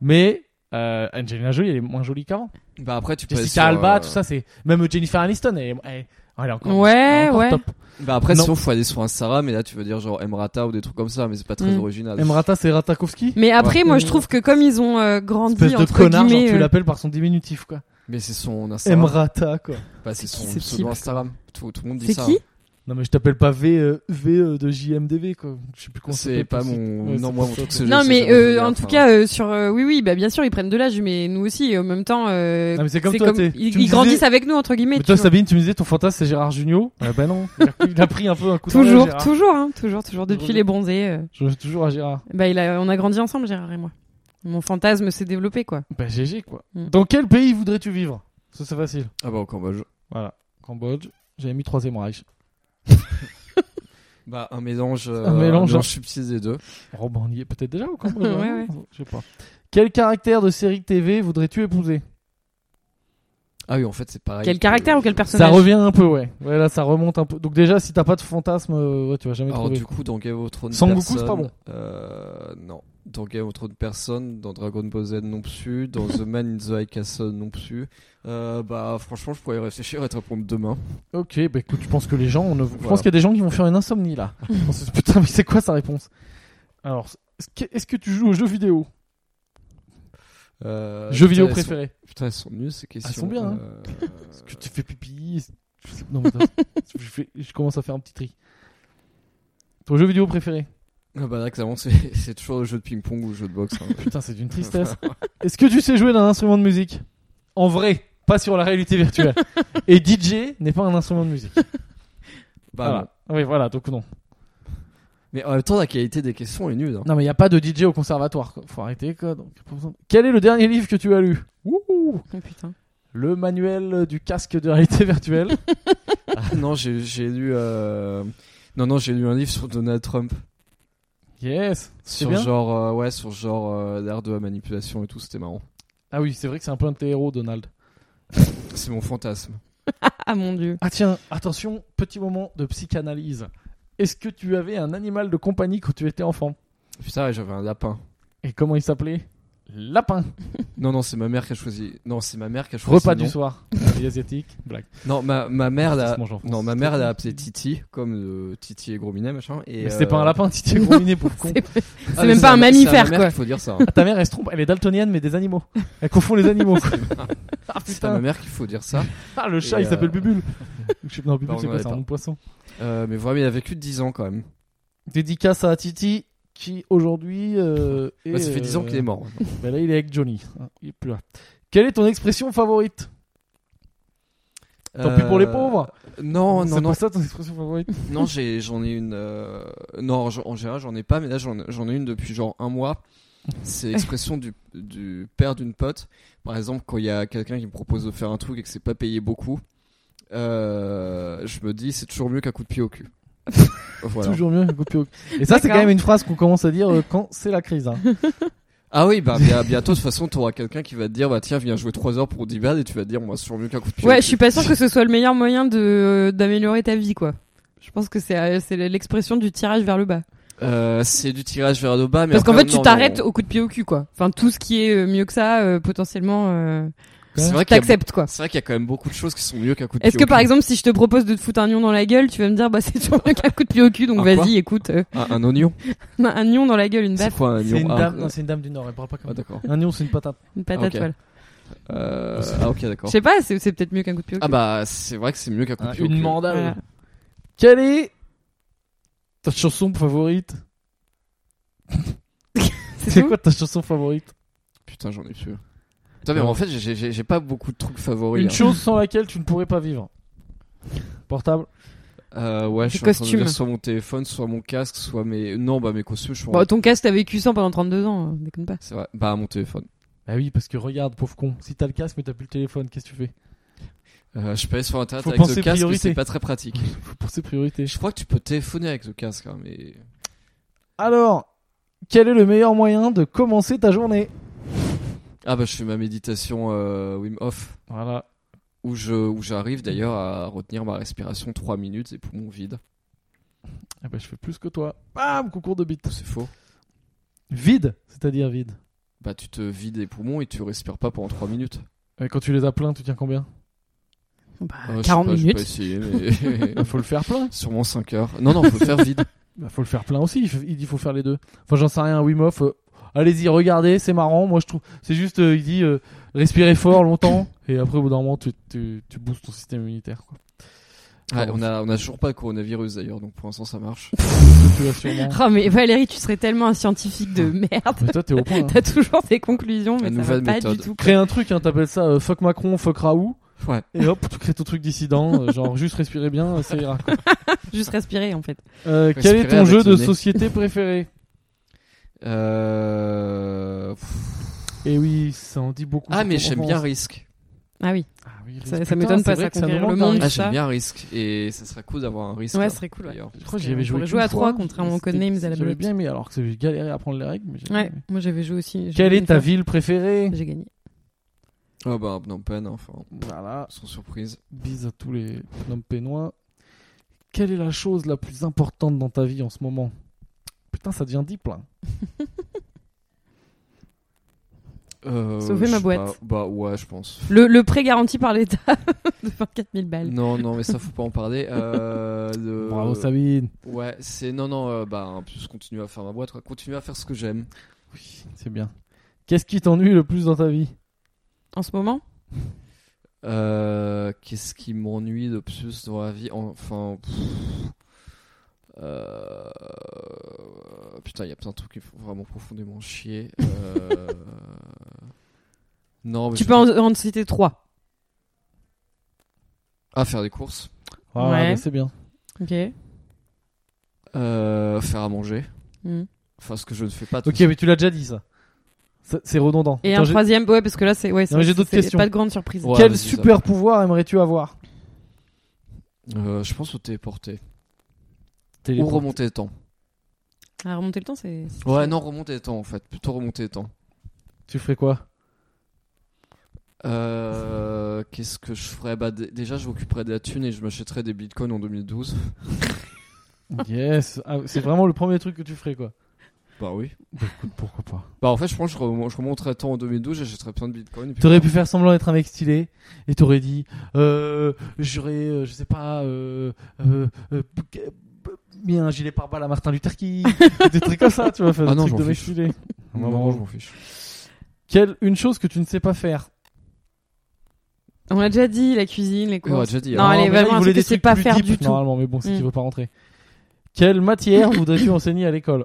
Mais euh, Angelina Jolie, elle est moins jolie qu'avant. Bah après, tu peux. aller Jessica sur, Alba, euh, tout ça, c'est. Même Jennifer Aniston, elle, est- elle- elle est encore. Ouais, elle est encore ouais. top. Bah après, Non. sinon, faut aller sur un Sarah, mais là, tu veux dire genre Emrata ou des trucs comme ça, mais Ah, c'est pas très Mm. original. Emrata, c'est Ratakowski Mais après, Ouais. moi, je trouve que comme ils ont euh, Espèce grandi de entre connard, genre, guillemets, tu euh, l'appelles par son diminutif, quoi. Mais c'est son Instagram. Emrata, quoi. Bah, c'est C'est qui son ce type, pseudo Instagram. Tout, tout le monde dit c'est ça. hein. qui Non, mais je t'appelle pas V, euh, V euh, de JMDV, quoi. Je sais plus comment ça C'est s'appelle, pas ton site. mon. Ouais, non, moi, c'est pas mon ça, truc, quoi. c'est Non, c'est mais Jason euh, Miller, en tout enfin. cas, euh, sur euh, oui, oui, bah bien sûr, ils prennent de l'âge, mais nous aussi, et en même temps, euh, Non, Ah, mais c'est comme c'est toi, t'es- tu me ils, ils disais- grandissent avec nous entre guillemets. Mais tu toi, vois. Sabine, tu me disais ton fantasme, c'est Gérard Junior. Ah, bah non. Il a- Il a pris un peu un coup de toujours, Gérard. toujours, hein, toujours, toujours. Depuis Toujours. les bronzés, euh, Je joue toujours à Gérard. bah il a, on a grandi ensemble, Gérard et moi. Mon fantasme s'est développé, quoi. Bah GG quoi. Mm. Dans quel pays voudrais-tu vivre Ça c'est facile. Ah bah, au Cambodge. Voilà. Cambodge. J'avais mis troisième Reich. Bah, un mélange. euh, Un mélange, genre. subtil des deux. Robin on y est peut-être déjà au Cambodge. Ouais, hein ouais. Je sais pas. Quel caractère de série TV voudrais-tu épouser Ah oui, en fait, c'est pareil. Quel que- caractère ou quel Ça personnage revient un peu ouais. Ouais là ça remonte un peu. Donc déjà si t'as pas de fantasme, euh, ouais, tu vas jamais Alors, trouver. du coup, dans Game of Thrones. Sangoku, personne, c'est pas bon. Euh, non. Dans Game of Thrones, personne. Dans Dragon Ball Z, non plus. Dans The Man in the High Castle, non plus. Euh, bah, franchement, je pourrais y réfléchir et te répondre demain. Ok bah écoute je pense que les gens, on ne- je Voilà. pense qu'il y a des gens qui vont faire une insomnie là. Je pense- Putain mais c'est quoi sa réponse Alors est-ce que, est-ce que tu joues aux jeux vidéo Euh, Jeux vidéo putain, elles sont- préférés. Putain, elles sont nulles ces questions. sont bien, hein. Euh, Est-ce que tu fais pipi c'est- Non, mais attends, je, fais- je commence à faire un petit tri. Ton jeu vidéo préféré Ah bah là, clairement, c'est c'est toujours le jeu de ping-pong ou le jeu de boxe. hein. Putain, c'est d'une tristesse. Est-ce que tu sais jouer d'un instrument de musique En vrai, pas sur la réalité virtuelle. Et DJ n'est pas un instrument de musique. Bah, voilà. non. Oui, voilà, donc non. Mais en même temps, la qualité des questions est nulle. hein. Non, mais il n'y a pas de DJ au conservatoire. quoi. Faut arrêter, quoi. donc. Quel est le dernier livre que tu as lu Wouhou Oh, putain. Le manuel du casque de réalité virtuelle. Ah non, j'ai j'ai lu. euh, Non, non, j'ai lu un livre sur Donald Trump. Yes C'est Sur bien genre, euh, ouais, sur genre euh, l'art de la manipulation et tout, c'était marrant. Ah oui, c'est vrai que c'est un peu un de tes héros, Donald. C'est mon fantasme. Ah mon dieu. Ah tiens, attention, petit moment de psychanalyse. Est-ce que tu avais un animal de compagnie quand tu étais enfant Putain, ouais, j'avais un lapin. Et comment il s'appelait Lapin. Non, non, c'est ma mère qui a choisi. Non, c'est ma mère qui a choisi. Repas le nom. du soir. Famille asiatique. Blague. Non, ma, ma mère l'a. Ça se mange en France. Non, ma mère l'a appelé Titi, comme euh, Titi et Gros Minet, machin. Et, Mais c'était pas euh, un lapin, Titi est combiné pour con. C'est pas- ah, c'est mais même pas à un ma- c'est à ma mammifère, mère quoi. qu'il faut dire ça. hein. Ah, ta mère, elle se trompe, elle est daltonienne, mais des animaux. Elle confond les animaux. quoi. ah C'est à ma putain. mère qu'il faut dire ça. Ah, le chat, Et, il s'appelle euh, Bubule. Je sais- Non, Bubule, Pardon, c'est on quoi l'avait C'est un pas. nom de poisson. Euh, mais voilà, mais il a vécu 10 ans quand même. Dédicace à Titi qui aujourd'hui. euh, est, Ouais, ça fait 10 ans qu'il est euh, mort. bah là, il est avec Johnny. hein, Il est plus là. Quelle est ton expression favorite Tant pis pour les pauvres. Euh, oh, Non, C'est non, non, pas ça ton expression favorite. non, j'ai- j'en ai, une. euh, Non, j'en- en général, j'en ai pas, mais là, j'en j'en ai une depuis genre un mois. C'est l'expression du, du père d'une pote. Par exemple, quand il y a quelqu'un qui me propose de faire un truc et que c'est pas payé beaucoup, euh, je me dis c'est toujours mieux qu'un coup de pied au cul. voilà. Toujours mieux. qu'un coup de pied au- Et ça, c'est D'accord. quand même une phrase qu'on commence à dire euh, quand c'est la crise. hein. Ah oui, bah bien- bientôt, de toute façon, t'auras quelqu'un qui va te dire bah tiens, viens jouer 3 heures pour 10 balles et tu vas te dire moi, c'est toujours mieux qu'un coup de pied au Ouais, cul. je suis pas sûr que ce soit le meilleur moyen de euh, d'améliorer ta vie, quoi. Je pense que c'est euh, c'est l'expression du tirage vers le bas. Euh, c'est du tirage vers le bas, mais Parce qu'en après, fait, tu non, t'arrêtes non. au coup de pied au cul, quoi. Enfin, tout ce qui est euh, mieux que ça, euh, potentiellement, euh, C'est vrai qu'il y a- t'acceptes, quoi. c'est vrai qu'il y a quand même beaucoup de choses qui sont mieux qu'un coup de pied Est-ce que au par cul. exemple, si je te propose de te foutre un nion dans la gueule, tu vas me dire, bah c'est toujours mieux qu'un coup de pied au cul, donc Un quoi vas-y, écoute, euh, Un, un oignon un nion dans la gueule, une C'est baffe, quoi un oignon C'est une Ah, dame. euh, Non, c'est une dame du Nord. Elle parle pas ah, comme. d'accord. Un lion, c'est une patate. une patate, ok. voilà. Euh, ah, ok, Je d'accord. sais pas, c'est c'est peut-être mieux qu'un coup de pied au cul. Ah, bah, c'est vrai que c'est mieux qu'un Ah, coup de pied au cul. mandale. Voilà. Quelle est ta chanson favorite C'est C'est tout quoi ta chanson favorite Putain, j'en ai plus. Putain, mais en fait, j'ai- j'ai j'ai pas beaucoup de trucs favoris. Une hein. chose sans laquelle tu ne pourrais pas vivre. Portable. Euh, ouais, je suis Des en train de costumes. dire soit mon téléphone, soit mon casque, soit mes. Non, bah, mes costumes, je suis en- Bon, ton casque, t'as vécu sans pendant 32 ans, euh, déconne pas. C'est vrai. Bah, mon téléphone. Bah oui, parce que regarde, pauvre con. Si t'as le casque mais t'as plus le téléphone, qu'est-ce que tu fais Euh, je peux aller sur internet Faut avec penser le casque, mais priorité. c'est pas très pratique. Faut penser priorité. je crois que tu peux téléphoner avec le casque, hein, mais. Alors, quel est le meilleur moyen de commencer ta journée Ah, bah, je fais ma méditation euh, Wim Hof. Voilà. Où je- où j'arrive d'ailleurs à retenir ma respiration 3 minutes et poumons vides. Eh ben, je fais plus que toi. Bam, concours de bite. C'est faux. Vide, c'est-à-dire vide. Bah, tu te vides les poumons et tu respires pas pendant 3 minutes. Et quand tu les as pleins, tu tiens combien Bah, Ah, je sais 40 pas, j'ai minutes. pas essayé, mais- Il Bah, Faut le faire plein. Sûrement 5 heures. Non, non, faut le faire vide. Bah, faut le faire plein aussi. Il f- Il dit faut faire les deux. Enfin, j'en sais rien. Wim Hof, euh, allez-y, regardez, c'est marrant. Moi, je trouve. C'est juste, euh, il dit euh, respirez fort longtemps. Et après, au bout d'un moment, tu, tu, tu boostes ton système immunitaire. Quoi. Ouais, on, a, on a toujours pas le coronavirus d'ailleurs, donc pour l'instant ça marche. Tu l'as sûrement. Oh, mais Valérie, tu serais tellement un scientifique de merde. Mais toi, t'es au point. hein. T'as toujours tes conclusions, La mais ça va nouvelle pas méthode. du tout. Crée un truc, hein, t'appelles ça euh, fuck Macron, fuck Raoult. Ouais. Et hop, tu crées ton truc dissident. euh, genre, juste respirer bien, euh, ça ira. quoi. Juste respirer, en fait. Euh, quel Respirer est ton avec jeu le de nez. société préféré Euh... pff. Et Eh oui, ça en dit beaucoup. Ah, sur mais ton j'aime enfance. bien Risk. Ah oui. Ah oui, Risk. Ça- ça Putain, m'étonne c'est pas, vrai ça que ça conquérir nous le manque, monde. Ah, Risk. j'aime Ça. bien Risk et ça serait cool d'avoir un Risk. Ouais, là, ce serait cool, ouais. d'ailleurs. Je crois que Parce j'y avais qu'on joué. pourrait qu'une jouer fois. à trois contre un en code C'était- names à la J'avais Blotch. bien aimé, alors que j'ai galéré à apprendre les règles. mais j'ai- Ouais, moi j'avais joué aussi. j'ai Quelle gagné est une ta fois. ville préférée J'ai gagné. Ah, bah, Phnom Penh, hein, enfin, Voilà, sans surprise. bise à tous les Phnom Pénois. Quelle est la chose la plus importante dans ta vie en ce moment Putain, ça devient deep là. Euh, Sauver je ma sais boîte. pas. Bah, ouais, je pense. Le, le prêt garanti par l'État de 24 000 balles. Non, non, mais ça faut pas en parler. Euh, le- Bravo Sabine. Ouais, c'est. Non, non, euh, bah, en plus, continuer à faire ma boîte, quoi. Continuer à faire ce que j'aime. Oui, c'est bien. Qu'est-ce qui t'ennuie le plus dans ta vie En ce moment Euh, Qu'est-ce qui m'ennuie de plus dans la vie Enfin. pff, euh, Putain, il y a plein de trucs qui me font vraiment profondément chier. Euh, Non, mais Tu je- peux en, en citer trois. Ah, faire des courses, Ah, Ouais. mais C'est bien. Ok. euh, faire à manger. Mm. Enfin, ce que je ne fais pas. tout Ok, mais tu l'as déjà dit ça. Ça- C'est redondant. Et Attends, un j'ai- troisième, ouais, parce que là, c'est ouais, c'est- mais j'ai d'autres c'est questions. pas de grande surprise. Ouais, Quel vas-y, ça. super pouvoir aimerais-tu avoir Euh, je pense au téléporter. Ou Téléport- remonter le temps. Ah, remonter le temps, c'est. c'est- Ouais, non, remonter le temps en fait. Plutôt remonter le temps. Tu ferais quoi Euh, Qu'est-ce que je ferais bah, d- Déjà, je m'occuperais de la thune et je m'achèterais des bitcoins en 2012. Yes, Ah, c'est vraiment le premier truc que tu ferais quoi. Bah oui. Bah, écoute, pourquoi pas. Bah en fait, je pense que je, rem- je remonterais le temps en 2012, j'achèterais plein de bitcoins. et puis- T'aurais pu faire semblant d'être un mec stylé et t'aurais dit, euh, j'aurais, euh, je sais pas, euh, euh, euh, b- b- mis un gilet pare-balles à Martin Luther King, des trucs comme ça, tu vois, faire Ah des non, trucs j'en de mec fiche. stylé. Non, Vraiment. je m'en fiche. Quelle une chose que tu ne sais pas faire On l'a déjà dit, la cuisine, les Ouais, on courses. l'a déjà dit, non, hein. elle est mais là, il vraiment un voulait truc que des c'est trucs pas plus faire deep, du tout. Normalement, mais bon, c'est Mm. qu'il veut pas rentrer. Quelle matière voudrais-tu enseigner à l'école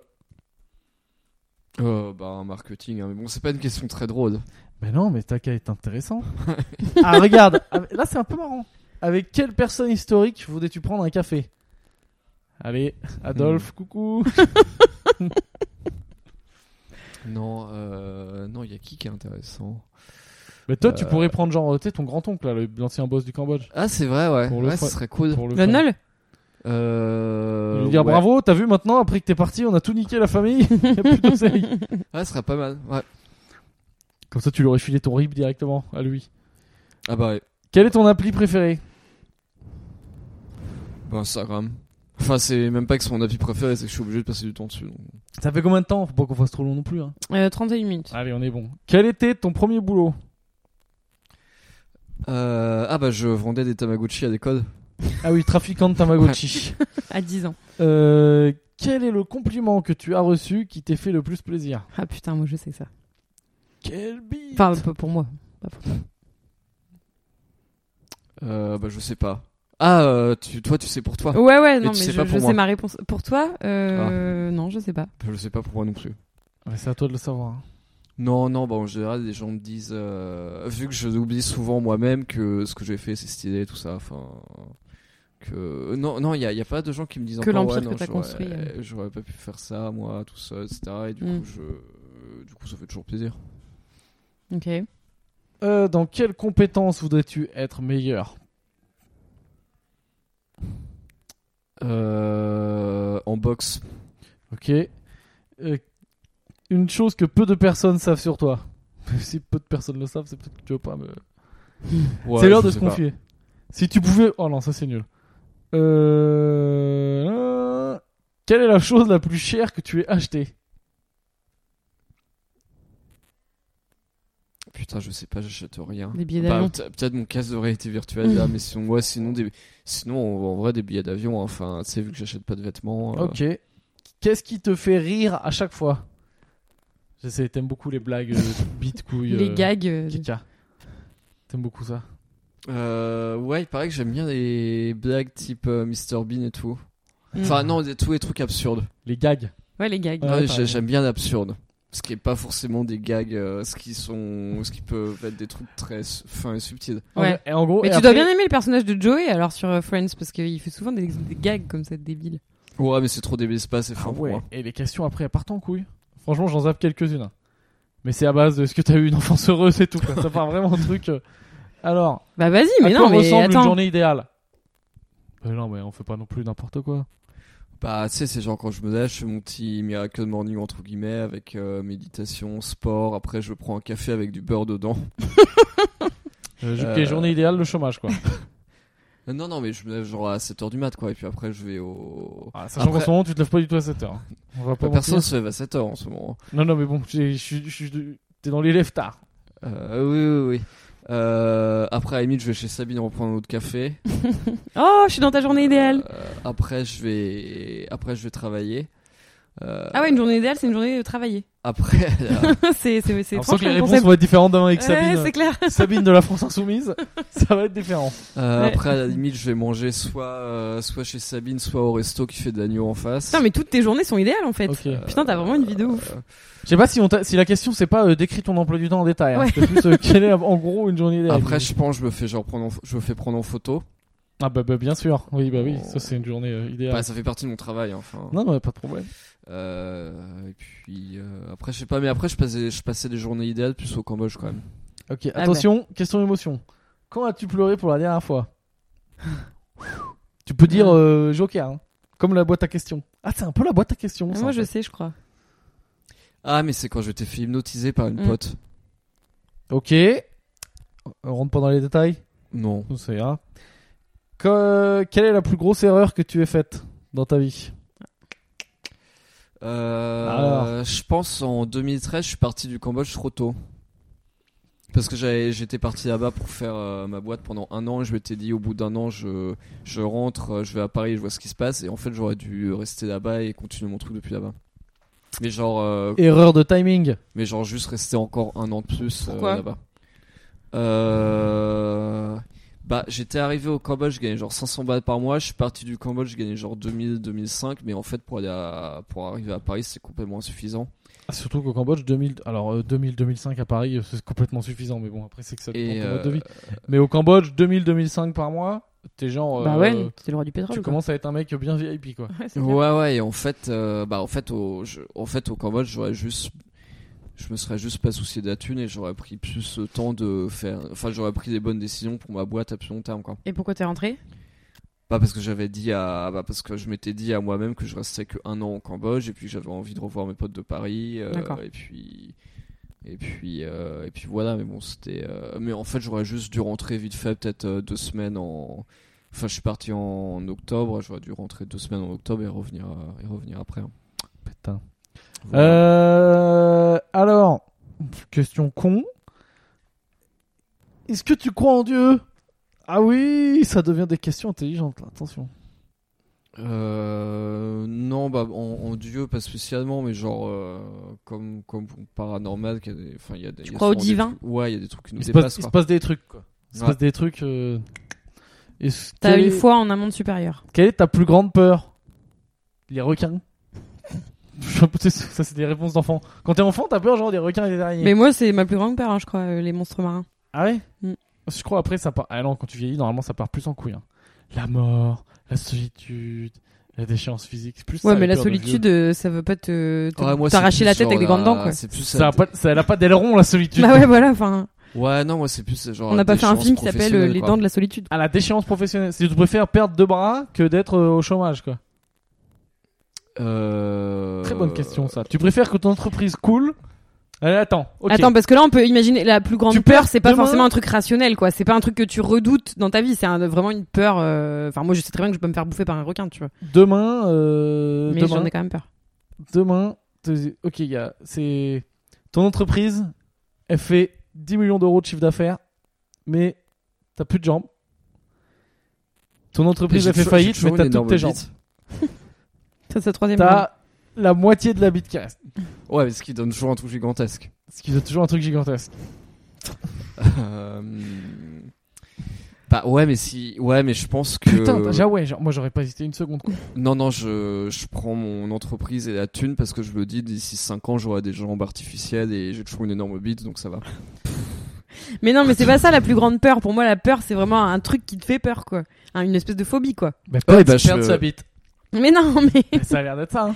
Euh, bah un marketing, hein. mais bon, c'est pas une question très drôle. Ben non, mais ta cas est intéressant. ah, regarde, avec- là c'est un peu marrant. Avec quelle personne historique voudrais-tu prendre un café Allez, Adolphe, coucou. Non, euh, non, il y a qui qui est intéressant Mais toi, tu Euh, pourrais prendre genre, tu sais, ton grand-oncle, là, le- l'ancien boss du Cambodge. Ah, c'est vrai, ouais. Pour le Ouais, ce fun. serait cool. Pour le Le fun. nol Euh, Lui dire ouais. bravo, t'as vu maintenant, après que t'es parti, on a tout niqué la famille, y a plus d'oseille. Ah, ce serait pas mal. Ouais. Comme ça, tu lui aurais filé ton rip directement à lui. Ah bah ouais. Quel est ton appli préféré Bah, Instagram. Enfin, c'est même pas que c'est mon appli préféré, c'est que je suis obligé de passer du temps dessus. donc. Ça fait combien de temps Faut pas qu'on fasse trop long non plus. hein. Euh, 31 minutes. Allez, on est bon. Quel était ton premier boulot Euh, ah bah, je vendais des Tamagotchi à des codes. Ah oui, trafiquant de Tamagotchi. À 10 ans. Euh, quel est le compliment que tu as reçu qui t'ait fait le plus plaisir Ah putain, moi je sais ça. Quel bite Enfin, pas pour moi. Euh, bah, je sais pas. Ah, euh, tu, toi, tu sais pour toi. Oh. Ouais, ouais, non, tu mais sais je, pas je pour moi. Ah. sais ma réponse. Pour toi, euh, non, je sais pas. Je sais pas pour moi non plus. Ouais, C'est à toi de le savoir. hein. Non, non, bah en général, les gens me disent, euh, vu que je l'oublie souvent moi-même, que ce que j'ai fait, c'est stylé, tout ça, enfin. Que... Non, non, il n'y a, y a pas de gens qui me disent Que encore, l'empire ouais, que non, t'as j'aurais- construit, euh. J'aurais pas pu faire ça, moi, tout seul, etc. Et du, Mm. coup, je... euh, du coup, ça fait toujours plaisir. Ok. Euh, dans quelle compétence voudrais-tu être meilleur Euh, en boxe, Ok. Euh, une chose que peu de personnes savent sur toi. si peu de personnes le savent, c'est peut-être que tu veux pas me. Ouais, c'est l'heure je de se sais pas. confier. Si tu pouvais. Oh non, ça c'est nul. Euh... euh, Quelle est la chose la plus chère que tu aies achetée Putain, je sais pas, j'achète rien. Des billets Bah, d'avion. peut- Peut-être mon casque de réalité virtuelle là, mais sinon, ouais, sinon, des... sinon en, en vrai, des billets d'avion, hein. enfin, tu sais, vu que j'achète pas de vêtements. euh, Ok. Qu'est-ce qui te fait rire à chaque fois Je sais, t'aimes beaucoup les blagues euh, bite couille. Les euh, gags. euh, Kika. T'aimes beaucoup ça. Euh, ouais, il paraît que j'aime bien les blagues type euh, Mr Bean et tout. mm. Enfin non, des, tous les trucs absurdes. Les gags. Ouais, les gags. Ouais, Ouais, t'as j'ai- raison. j'aime bien l'absurde. Ce qui est pas forcément des gags, euh, ce qui sont, ce qui peuvent être des trucs très s- fins et subtils. Ouais. Et en gros. Oh, et Mais tu après- dois bien aimer le personnage de Joey alors sur euh, Friends parce qu'il fait souvent des, des gags comme ça débiles. Ouais, mais c'est trop débile, c'est pas assez Ah fort pour ouais. moi. Et les questions après, elles partent en couille. Franchement, j'en zappe quelques-unes. Mais c'est à base de ce que t'as eu une enfance heureuse et tout. quoi. ça part vraiment un truc. euh. Alors. Bah vas-y, mais à non, quoi mais ressemble une attends. journée idéale Euh, Non, mais on fait pas non plus n'importe quoi. Bah tu sais, c'est genre quand je me lève, je fais mon petit miracle morning entre guillemets avec euh, méditation, sport. Après, je prends un café avec du beurre dedans. Euh, Euh, Les journées idéales, le chômage, quoi. Euh, Non, non, mais je me lève genre à 7h du mat quoi. Et puis après, je vais au. Ah, sachant Après- qu'en ce moment, tu te lèves pas du tout à 7 heures. On va pas Bah, Personne mentir. se lève à 7h en ce moment. Non, non, mais bon, j'ai- je suis- je suis- t'es dans les lèvres tard. Euh, oui, oui, oui. Euh, après, à la limite, je vais chez Sabine reprendre un autre café. Oh, je suis dans ta journée idéale. Euh, après, je vais, après, je vais travailler. Euh, Ah ouais, une journée idéale, c'est une journée de travailler. Après, euh, c'est c'est c'est On sent que les franchement le réponses concept. vont être différentes d'un avec Ouais, Sabine. c'est clair. Sabine de la France Insoumise, ça va être différent. euh, Ouais. après, à la limite, je vais manger soit, euh, soit chez Sabine, soit au resto qui fait de l'agneau en face. Euh, Putain, mais toutes tes journées sont idéales en fait. Ok. Euh, Putain, t'as vraiment une vie de ouf. Je sais pas si, on t'a- si la question c'est pas euh, décris ton emploi du temps en détail. hein. Ouais. C'était plus euh, quelle est en gros une journée idéale. Après, je pense, je me fais genre prendre, en pho- je me fais prendre en photo. Ah bah, bah, bien sûr. Oui bah oui, ça c'est une journée euh, idéale. Bah, ça fait partie de mon travail, hein, enfin. Non non pas de problème. Euh, et puis euh, après, je sais pas, mais après, je passais, je passais des journées idéales plus au Cambodge quand même. Ok Ah attention question émotion. Quand as-tu pleuré pour la dernière fois Tu peux dire Ah. euh, Joker, hein. comme la boîte à questions. Ah c'est un peu la boîte à questions. ça, Moi, en je fait. sais, je crois. Ah, mais c'est quand je t'ai fait hypnotiser par une Mm. pote. Ok. On rentre pas dans les détails. Non. On sait hein. Que- Quelle est la plus grosse erreur que tu aies faite dans ta vie Euh, Alors. Je pense en 2013, je suis parti du Cambodge trop tôt. Parce que j'avais- j'étais parti là-bas pour faire euh, ma boîte pendant un an et je m'étais dit au bout d'un an, je, je rentre, euh, je vais à Paris, je vois ce qui se passe. Et en fait, j'aurais dû rester là-bas et continuer mon truc depuis là-bas. Mais genre, euh, Erreur de timing. mais genre juste rester encore un an de plus euh, Pourquoi là-bas. Euh, Bah, j'étais arrivé au Cambodge, je gagnais genre 500 balles par mois. Je suis parti du Cambodge, je gagnais genre 2000, 2005. Mais en fait, pour, aller à- pour arriver à Paris, c'est complètement insuffisant. Ah, Surtout qu'au Cambodge, 2000, alors 2000-2005 à Paris, euh, c'est complètement suffisant, mais bon, après c'est que ça dépend de Et ton mode de euh, vie. Mais au Cambodge, 2000-2005 par mois, t'es genre, euh, Bah ouais, c'est le roi du pétrole. tu quoi. commences à être un mec bien VIP quoi. Ouais, c'est clair. ouais, ouais. Et en fait, euh, bah, en fait, au, je- en fait, au Cambodge, j'aurais juste, je me serais juste pas soucié de la thune et j'aurais pris plus le temps de faire, enfin, j'aurais pris des bonnes décisions pour ma boîte à plus long terme, quoi. Et pourquoi t'es rentré Bah parce que j'avais dit à, bah parce que je m'étais dit à moi-même que je restais que un an au Cambodge et puis j'avais envie de revoir mes potes de Paris euh, D'accord. et puis et puis euh, et puis voilà mais bon c'était euh, mais en fait j'aurais juste dû rentrer vite fait peut-être euh, deux semaines en enfin je suis parti en octobre j'aurais dû rentrer deux semaines en octobre et revenir euh, et revenir après hein. Putain. Voilà. Euh, alors, question con. Est-ce que tu crois en Dieu Ah oui, ça devient des questions intelligentes, là, attention. Euh, non bah en, en Dieu pas spécialement mais genre euh, comme comme pour paranormal qu'il y a des- enfin il y a des il y a crois au souvent des divin trucs- ouais il y a des trucs qui nous Il se, dépassent passe, il se quoi. passe des trucs quoi. Il se Ouais. passe des trucs. euh, est-ce- T'as quelle une est- foi en un monde supérieur. Quelle est ta plus grande peur Les requins. Je- c'est- Ça, c'est des réponses d'enfants. Quand t'es enfant, t'as peur genre des requins et des araignées. Mais moi, c'est ma plus grande peur, hein, je crois, euh, les monstres marins. Ah ouais Mm. Je crois après, ça part. Ah non, quand tu vieillis, normalement, ça part plus en couille. hein. La mort, la solitude, la déchéance physique. c'est Plus Ouais, ça, mais les la peurs de solitude, vieux. euh, ça veut pas te te- Ouais, moi, c'est t'arracher plus la tête genre avec des grandes dents, quoi. C'est plus Ça a pas, ça- elle a pas d'aileron, la solitude. Bah ouais, voilà, enfin, Ouais, non, moi c'est plus euh, genre. on n'a pas fait un déchéance film qui s'appelle euh, professionnelle, Les quoi. dents de la solitude. À la déchéance professionnelle. Si tu préfères perdre deux bras que d'être euh, au chômage, quoi. Euh, Très bonne question, ça. Tu préfères que ton entreprise coule Allez, attends. ok. Attends, parce que là, on peut imaginer la plus grande Tu peur, perds c'est pas demain- forcément un truc rationnel, quoi. C'est pas un truc que tu redoutes dans ta vie, c'est un- vraiment une peur. euh, Enfin, moi, je sais très bien que je peux me faire bouffer par un requin, tu vois. Demain, euh, Mais demain, j'en ai quand même peur. demain, te- ok, il y a- c'est ton entreprise, elle fait 10 millions d'euros de chiffre d'affaires, mais t'as plus de jambes. Ton entreprise j'ai a fait toujours- faillite, j'ai toujours une mais t'as toutes énorme tes jambes. bite. Ça, c'est la troisième. T'as la moitié de la bite qui reste, Ouais, mais ce qui donne toujours un truc gigantesque. ce qui est toujours un truc gigantesque. Euh, Bah ouais, mais si. Ouais, mais je pense que. Putain, déjà ouais, genre, moi j'aurais pas hésité une seconde. quoi. Non, non, je, je prends mon entreprise et la thune parce que je me dis d'ici 5 ans j'aurai des jambes artificielles et j'ai toujours une énorme bite donc ça va. Mais non, mais c'est pas ça la plus grande peur. Pour moi, la peur, c'est vraiment un truc qui te fait peur, quoi. Hein, une espèce de phobie, quoi. Mais Ouais, perdre, bah, je- perdre sa bite, Mais non, mais Mais ça a l'air d'être ça. hein.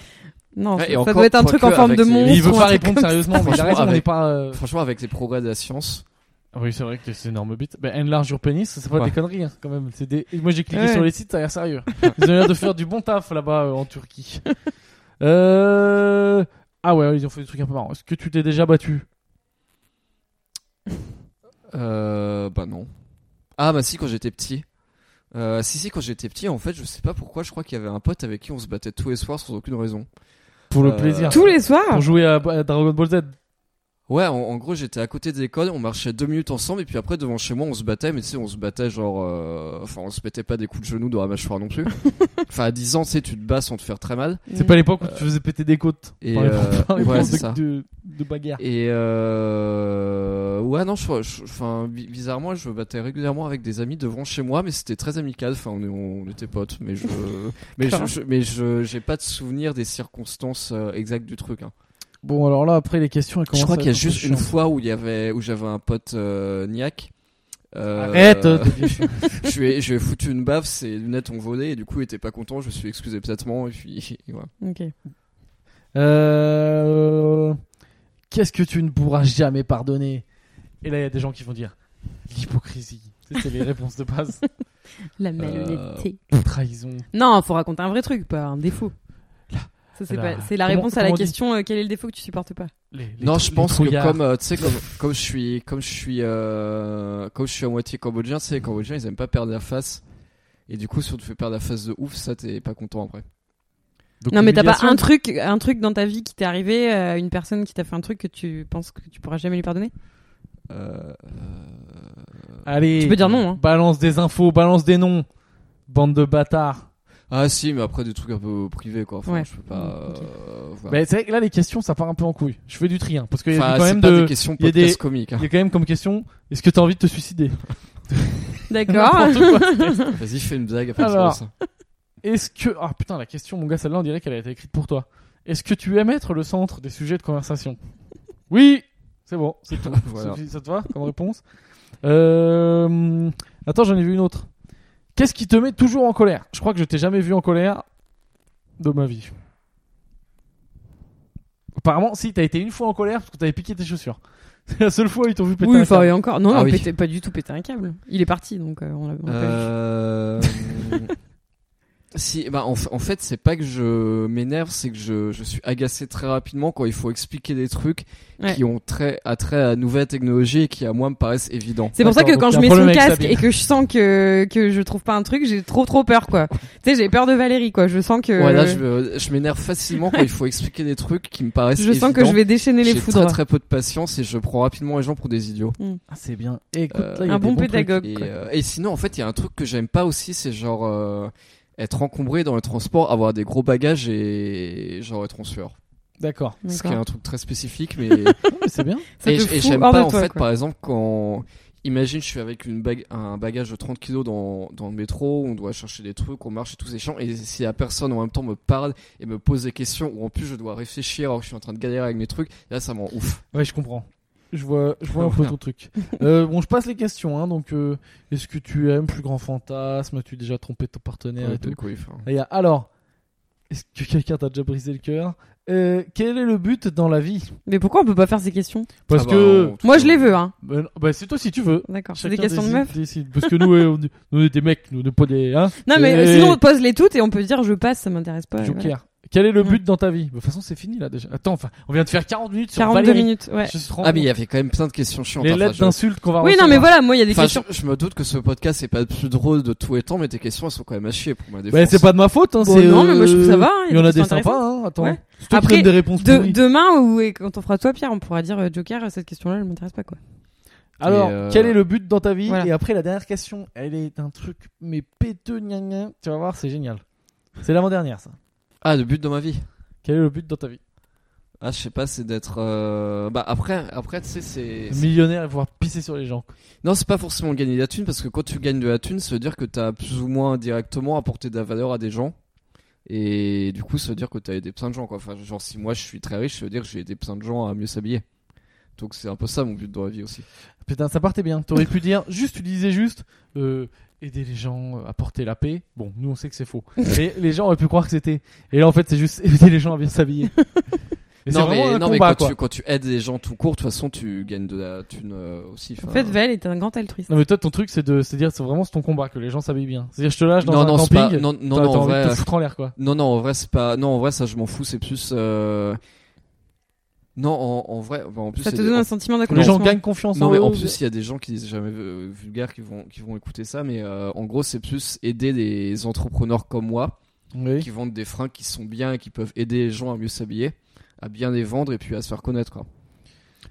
non, Ouais, et ça encore, doit être un quoique truc en forme avec de les- monstre. Mais il veut ou un pas truc répondre comme ça. sérieusement, mais il a raison, Franchement, on est avec- pas. euh, Franchement, avec les progrès de la science. Oui, c'est vrai que c'est une énorme bite. Ben, enlarge your penis, c'est pas Ouais. des conneries hein, quand même. C'est Des... Et Moi j'ai cliqué Ouais. sur les sites, ça a l'air sérieux. Ils ont l'air de faire du bon taf là-bas euh, en Turquie. euh... Ah ouais, ils ont fait des trucs un peu marrants. Est-ce que tu t'es déjà battu Euh, bah non. Ah bah si quand j'étais petit. Euh, si si quand j'étais petit en fait je sais pas pourquoi je crois qu'il y avait un pote avec qui on se battait tous les soirs sans aucune raison. Pour le Euh, plaisir Tous les Pour soirs. jouer à, à Dragon Ball Z Ouais, en, en gros, j'étais à côté de l'école, on marchait deux minutes ensemble, et puis après, devant chez moi, on se battait, mais tu sais, on se battait genre. euh, Enfin, on se mettait pas des coups de genoux dans la mâchoire non plus. enfin, à 10 ans, tu sais, tu te bats sans te faire très mal. C'est pas l'époque où tu faisais péter des côtes. Et, par les- euh, par les ouais, bandes c'est ça. de, de, de bagarre. Et euh... ouais, non, je, je- enfin, bi- bizarrement, je me battais régulièrement avec des amis devant chez moi, mais c'était très amical. Enfin, on, on était potes, mais je, mais je, je- mais je, j'ai pas de souvenir des circonstances euh, exactes du truc. hein. Bon, alors là, après, les questions, elles Je commencent crois à qu'il y a être un peu juste une chiantes. fois où il y avait, où j'avais un pote euh, niaque. Euh, Arrête de dire chiant. je lui ai, je lui ai foutu une baffe, ses lunettes ont volé, et du coup, il était pas content. Je me suis excusé platement, et puis voilà. Mm. Ok. Euh, Qu'est-ce que tu ne pourras jamais pardonner Et là, il y a des gens qui vont dire l'hypocrisie. Tu sais, C'est les réponses de base. La malhonnêteté. Trahison. Non, faut raconter un vrai truc, pas un défaut. Là. Ça, c'est Là. pas- c'est la Comment- réponse à la comment on dit question euh, quel est le défaut que tu supportes pas les- les Non, trou- je les pense que trouillards. comme euh, tu sais comme comme je suis comme je suis euh, comme je suis à moitié cambodgien, c'est les cambodgiens ils aiment pas perdre la face. Et du coup, si on te fait perdre la face de ouf, ça t'es pas content après. Donc, Non, mais t'as pas l'humiliation. un truc, un truc dans ta vie qui t'est arrivé, euh, une personne qui t'a fait un truc que tu penses que tu pourras jamais lui pardonner Euh, Allez. Tu peux dire non, hein. Balance des infos, balance des noms. Bande de bâtards. Ah si, mais après des trucs un peu privés quoi. Enfin, Ouais. je peux pas. euh, voir. Mais c'est vrai que là, les questions, ça part un peu en couille. Bah, Je fais du tri, hein, parce qu'il y a Enfin, quand c'est même pas de. des questions il y a podcast des- comiques. hein. Il y a quand même comme question est-ce que t'as envie de te suicider D'accord. N'importe quoi. c'est- Vas-y, fais une blague après Alors. ça. Est-ce que. Ah putain, la question, mon gars, celle-là, on dirait qu'elle a été écrite pour toi. Est-ce que tu aimes être le centre des sujets de conversation Oui C'est bon, c'est tout. Voilà. Sophie, Ça te va comme réponse Euh, Attends, j'en ai vu une autre. Qu'est-ce qui te met toujours en colère Je crois que je t'ai jamais vu en colère de ma vie. Apparemment, si, t'as été une fois en colère parce que t'avais piqué tes chaussures. C'est la seule fois où ils t'ont vu péter Oui, un enfin, câble. et encore. Non, Ah non, oui. péter- pas du tout péter un câble. Il est parti, donc euh, on l'a on l'a pas vu. Euh... si, bah, en, fa- en fait, c'est pas que je m'énerve, c'est que je, je suis agacé très rapidement quand il faut expliquer des trucs Ouais. qui ont trait à trait à nouvelles technologies et qui à moi me paraissent évidents. C'est pour ça que D'accord, donc quand je il y a un mets son problème avec casque Sabine. et que je sens que, que je trouve pas un truc, j'ai trop trop peur quoi. tu sais, j'ai peur de Valérie quoi. Je sens que Ouais, là, je, me- je m'énerve facilement quand il faut expliquer des trucs qui me paraissent je évidents. sens que je vais déchaîner les J'ai foudres. très très peu de patience et je prends rapidement les gens pour des idiots. Ah, c'est bien. Et écoute, Euh, là, il y a un des bon bons trucs. pédagogue. Et, quoi. euh, et sinon, en fait, il y a un truc que j'aime pas aussi, c'est genre euh, être encombré dans le transport, avoir des gros bagages et genre être en sueur. D'accord. Ce qui est D'accord. un truc très spécifique, mais Non, mais C'est bien. Ça et te j- et fout j'aime hors pas de en toi, fait quoi. par exemple quand imagine je suis avec une bag- un bagage de 30 kilos dans, dans le métro on doit chercher des trucs on marche et tous ces champs et si la personne en même temps me parle et me pose des questions ou en plus je dois réfléchir alors que je suis en train de galérer avec mes trucs là ça me rend ouf Ouais, je comprends. Je vois, je vois un peu Voilà. ton truc. Euh, bon, je passe les questions. Hein, donc, euh, est-ce que tu aimes plus grand fantasme As-tu déjà trompé ton partenaire et Ouais, tout de hein. quoi il faut. Ah, il y a, Alors, est-ce que quelqu'un t'a déjà brisé le cœur Euh, Quel est le but dans la vie Mais pourquoi on peut pas faire ces questions Parce Ah bah, que en tout Moi cas, je les veux, hein. bah, non, bah, c'est toi si tu veux. D'accord. C'est Chacun des questions de décide- meufs. décide. Parce que nous, euh, on est- nous, on est des mecs, nous, on est pas des. Hein Non mais Et- sinon on pose les toutes et on peut dire je passe, ça m'intéresse pas. et Joker. voilà. Quel est le Ouais. but dans ta vie Bah, De toute façon, c'est fini là déjà. Attends, enfin, on vient de faire 40 minutes sur 42 Valérie. minutes, ouais. Je suis trop- ah mais il y avait quand même plein de questions chiantes les hein, lettres enfin, je- d'insultes qu'on va Oui, non mais recevoir. voilà, moi il y a des enfin, questions. je, je me doute que ce podcast c'est pas le plus drôle de tous les temps mais tes questions elles sont quand même à chier pour ma défense Bah, c'est pas de ma faute. Hein, Bon, c'est, Oh, non, mais moi, je trouve euh, ça va, hein, il Il y y a en a des des questions sympas. Hein, attends. Ouais. C'est toi qui Après, donnes des réponses De- pourries. demain ou et quand on fera toi Pierre, on pourra dire euh, Joker, euh, cette question-là, elle m'intéresse pas quoi. Alors, Et, euh, quel est le but dans ta vie voilà. Et après, la dernière question, elle est un truc mais péteux, gna gna. Tu vas voir, c'est génial. C'est l'avant-dernière, ça. ah le but de ma vie Quel est le but dans ta vie ah je sais pas c'est d'être euh, bah après après tu sais c'est Millionnaire et pouvoir pisser sur les gens. Non, c'est pas forcément gagner de la thune, parce que quand tu gagnes de la thune, ça veut dire que t'as plus ou moins directement apporté de la valeur à des gens. Et du coup, ça veut dire que t'as aidé plein de gens, quoi. Enfin, genre, si moi je suis très riche, ça veut dire que j'ai aidé plein de gens à mieux s'habiller. Donc, c'est un peu ça mon but dans la vie aussi. Putain, ça partait bien. T'aurais pu dire, juste, tu disais juste, euh, aider les gens, euh, apporter la paix. Bon, nous, on sait que c'est faux. mais les gens auraient pu croire que c'était. Et là, en fait, c'est juste aider les gens à bien s'habiller. Et c'est non, mais, vraiment un non, mais combat, quand, quoi. Tu, quand tu aides les gens tout court, de toute façon, tu gagnes de la thune euh, aussi. En Enfin, fait, Val est un grand altruiste. Non, mais toi, ton truc, c'est de, c'est dire, c'est vraiment, c'est ton combat, que les gens s'habillent bien. C'est-à-dire, je te lâche dans non, un non, c'est camping. pas, non, non, t'as- non, t'as en envie de vrai, euh, te foutre en l'air, quoi. Non, non, en vrai, c'est pas. Non, en vrai, ça, je m'en fous. C'est plus. euh, Non, en, en vrai, bah, en plus, Ça c'est te des- donne en- un sentiment Les gens d'accomplissement. gagnent confiance hein. Non en mais eux. en plus il y a des gens qui disent jamais euh, vulgaire qui vont qui vont écouter ça mais euh, en gros c'est plus aider des entrepreneurs comme moi Oui. qui vendent des fringues qui sont bien et qui peuvent aider les gens à mieux s'habiller à bien les vendre et puis à se faire connaître quoi.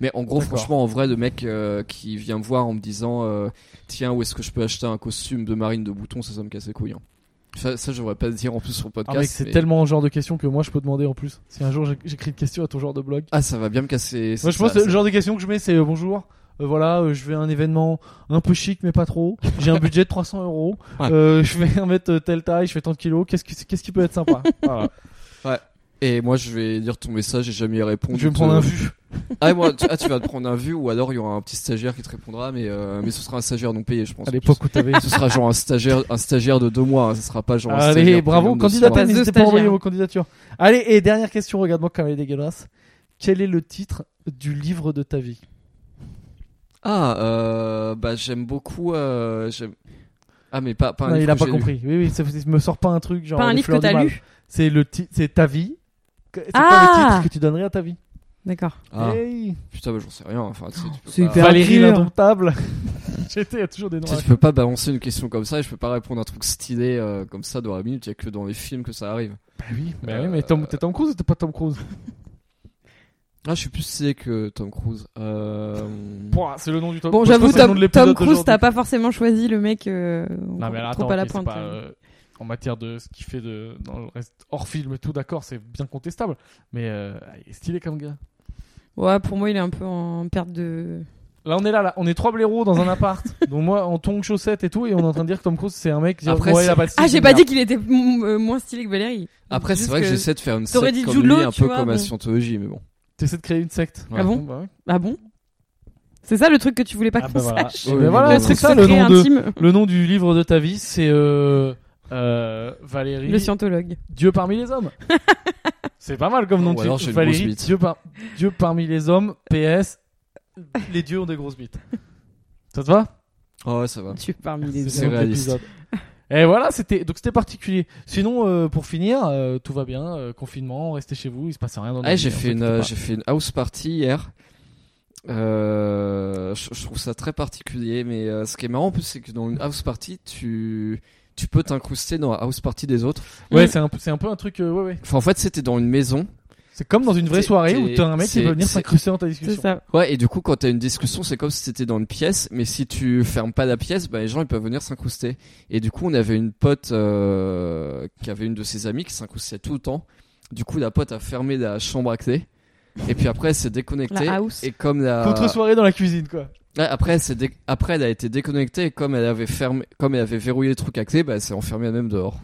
Mais en gros, D'accord. franchement, en vrai, le mec euh, qui vient me voir en me disant euh, Tiens, où est-ce que je peux acheter un costume de marine de bouton Ça, ça me casse les couilles. hein. Ça, ça, je devrais pas le dire en plus sur le Ah, podcast. mec, c'est mais- tellement le genre de question que moi je peux demander en plus. Si un jour j'é- j'écris une question à ton genre de blog. Ah, ça va bien me casser. Moi ça- je pense ça- que le genre de question que je mets c'est euh, bonjour. euh, voilà, euh, je vais à un événement un peu chic mais pas trop. J'ai un budget de 300 euros. Ouais. Euh, Je vais en mettre euh, telle taille, je fais tant de kilos. Qu'est-ce que- qu'est-ce qui peut être sympa Voilà. Et moi, je vais dire ton message et jamais y répondre. Je vais me prendre Euh, un vu. Ah, et moi, tu, ah, tu vas te prendre un vu ou alors il y aura un petit stagiaire qui te répondra, mais, euh, mais ce sera un stagiaire non payé, je pense. À l'époque où t'avais. Ce sera genre un stagiaire, un stagiaire de deux mois, hein, ce sera pas genre un Allez, stagiaire bravo, premium de six candidat, mois. Passe de n'hésitez pas à envoyer stagiaire. vos candidatures. Allez, et dernière question, regarde-moi comme elle est dégueulasse. Quel est le titre du livre de ta vie Ah, euh, bah j'aime beaucoup. Euh, j'aime- ah, mais pas, pas un Non, livre Il a que pas j'ai lu. compris. Oui, oui, ça ça me sort pas un truc genre. Pas un Les livre que Fleurs du t'as Mal. lu. C'est le titre, c'est ta vie. Que- C'est quoi le Ah titre que tu donnerais à ta vie D'accord. Ah, Hey putain, bah, j'en sais rien. Enfin, tu sais, tu peux c'est pas- hyper- Valérie dur. l'indomptable. J'étais, il y a toujours des Tu noms. sais, à- tu peux pas balancer une question comme ça et je peux pas répondre à un truc stylé euh, comme ça dans la minute. Il y a que dans les films que ça arrive. Bah oui, bah Euh, oui, mais Tom, t'es Tom Cruise ou t'es pas Tom Cruise Ah, je suis plus stylé que Tom Cruise. Euh... Pouah, C'est le nom du Tom Bon, Moi, je pense j'avoue, que c'est le nom de Tom, l'épisode Tom Cruise, d'aujourd'hui. t'as pas forcément choisi le mec euh, Non, mais alors, trop attends, à la ok, c'est pointe. hein. pas, euh, en matière de ce qu'il fait de, dans le reste, hors film et tout, d'accord, c'est bien contestable. Mais euh, il est stylé comme gars. Ouais, pour moi, il est un peu en perte de. Là, on est là, là. on est trois blaireaux dans un appart. donc, moi, en tongue chaussettes et tout, et on est en train de dire que Tom Cruise, c'est un mec. qui Après, ouais, c'est- il a pas de Ah, style, j'ai il pas a- dit qu'il était mm, euh, moins stylé que Valérie. Après, c'est Juste vrai que, que- j'essaie de faire une t'aurais secte dit comme Jude lui, Law, un tu peu vois, comme la bon. scientologie, mais bon. T'essaies de créer une secte. Ouais. Ah bon bah ouais. Ah bon C'est ça le truc que tu voulais pas Ah qu'on bah voilà. sache. Eh Oui, ben oui, voilà, oui. le c'est truc ça, secret le nom, de, intime, le nom du livre de ta vie, c'est euh, euh, Valérie, le scientologue. Dieu parmi les hommes. c'est pas mal comme nom Ou de alors, titre. j'ai une grosse Valérie, bite. Dieu, par- Dieu parmi les hommes, PS, les dieux ont des grosses bites. Ça te va Ah Oh, ouais, ça va. Tu es parmi C'est les C'est notre autres. réaliste. épisode. Et voilà, c'était donc c'était particulier. Sinon, euh, pour finir, euh, tout va bien, euh, confinement, restez chez vous, il se passe rien dans la Ah, vie, j'ai en fait, fait, une, c'était euh, pas- j'ai fait une house party hier. Euh, je, je trouve ça très particulier, mais euh, ce qui est marrant en plus, c'est que dans une house party, tu, tu peux t'incruster dans la house party des autres. Ouais, c'est un peu, c'est un peu un truc. euh, ouais, ouais. Enfin, en fait, c'était dans une maison. C'est comme dans une vraie C'est- soirée où c'est- t'as un mec qui c'est- peut venir c'est- s'incruster dans ta C'est discussion. ça. Ouais, et du coup, quand t'as une discussion, c'est comme si c'était dans une pièce, mais si tu fermes pas la pièce, bah, les gens ils peuvent venir s'incruster. Et du coup, on avait une pote euh, qui avait une de ses amies qui s'incrustait tout le temps. Du coup, la pote a fermé la chambre à clé. Et puis après, elle s'est déconnectée. La house. Et comme la. Contre-soirée dans la cuisine, quoi. Ouais, après, elle s'est dé- après, elle a été déconnectée et comme elle avait fermé, comme elle avait verrouillé le truc à clé, bah, elle s'est enfermée elle-même dehors.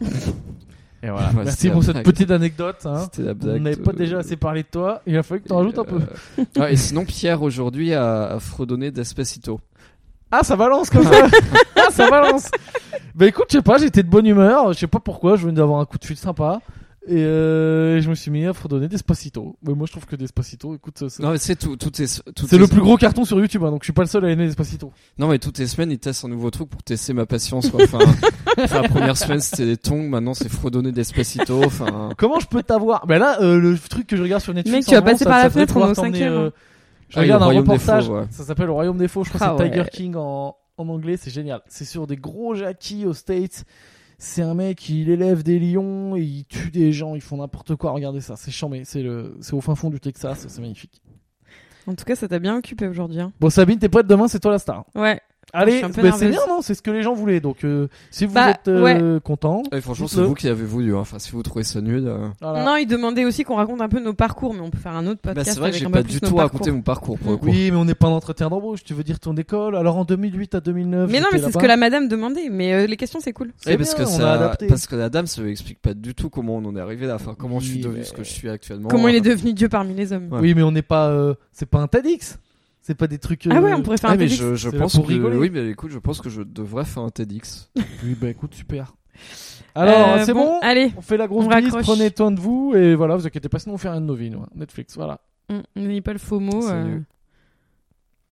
Et voilà. Ouais, Merci c'était pour la cette blague. petite anecdote. hein. C'était la On blague n'avait de- pas déjà assez parlé de toi. Il a fallu que t'en rajoutes un peu. Euh, ouais, et sinon, Pierre aujourd'hui a, a fredonné d'Espacito. Ah, ça balance comme ça. ah, ça balance. Bah écoute, je sais pas, j'étais de bonne humeur. Je sais pas pourquoi. Je venais d'avoir un coup de fil sympa. Et euh, je me suis mis à fredonner Despacito. Mais moi, je trouve que Despacito, écoute, ça- ça- Non, mais c'est tout, toutes les, toutes c'est les- le plus gros carton sur YouTube. hein, donc je suis pas le seul à aimer Despacito. Non, mais toutes les semaines, il teste un nouveau truc pour tester ma patience, quoi. Enfin, enfin, la première semaine, c'était des tongs, maintenant, c'est fredonner d'Espacito, enfin. Comment je peux t'avoir Bah là, euh, le truc que je regarde sur Netflix. Mec, tu en vas ce moment, passer ça- par la ça devrait fenêtre, on est au pouvoir t'emmener, cinquième. hein. euh, Je Ah, il y a regarde le un Royaume des reportage. Faux, ouais. Ça s'appelle Le Royaume des Faux. Je crois Ah que c'est Tiger ouais. King en, en anglais. C'est génial. C'est sur des gros jackies aux States. C'est un mec, il élève des lions, et il tue des gens, ils font n'importe quoi. Regardez ça, c'est chambé, c'est le, c'est au fin fond du Texas, c'est magnifique. En tout cas, ça t'a bien occupé aujourd'hui. hein. Bon, Sabine, t'es prête demain, c'est toi la star. Ouais. Ah, je Allez, suis un peu bah, c'est nerveuse. bien, non C'est ce que les gens voulaient. Donc, euh, si vous Bah, êtes euh, content, Ouais, franchement, c'est Dites-le. vous qui l'avez voulu, hein. Enfin, si vous trouvez ça nul, euh. voilà. Non, il demandait aussi qu'on raconte un peu nos parcours, mais on peut faire un autre Bah, podcast. c'est vrai que avec j'ai un pas peu du plus nos tout raconté parcours. mon parcours, pour le coup. Oui, mais on n'est pas en entretien d'embauche. Tu veux dire ton école Alors en 2008 à 2009. Mais non, j'étais mais c'est ce là-bas. que la madame demandait. Mais euh, les questions, c'est cool. C'est Eh, parce bien, que on ça, a adapté. parce que la dame, ça lui explique pas du tout comment on en est arrivé là. Enfin, comment je suis Oui, devenu mais- ce que je suis actuellement. Comment il est Enfin, devenu Dieu parmi les hommes Ouais. Oui, mais on n'est pas. euh, c'est pas un TEDx. C'est pas des trucs. Ah euh, ouais, on pourrait faire Ah, un mais TEDx. je, je C'est là pense pour que rigoler. oui, mais écoute, je pense que je devrais faire un TEDx. Oui, bah écoute, super. Alors, Euh, c'est bon, Allez, On fait la grosse on bise, raccroche. prenez soin de vous et voilà, vous inquiétez pas, sinon on fait rien de nos vies, nous, hein. Netflix, voilà. on on n'est pas le faux mot. C'est euh, nul.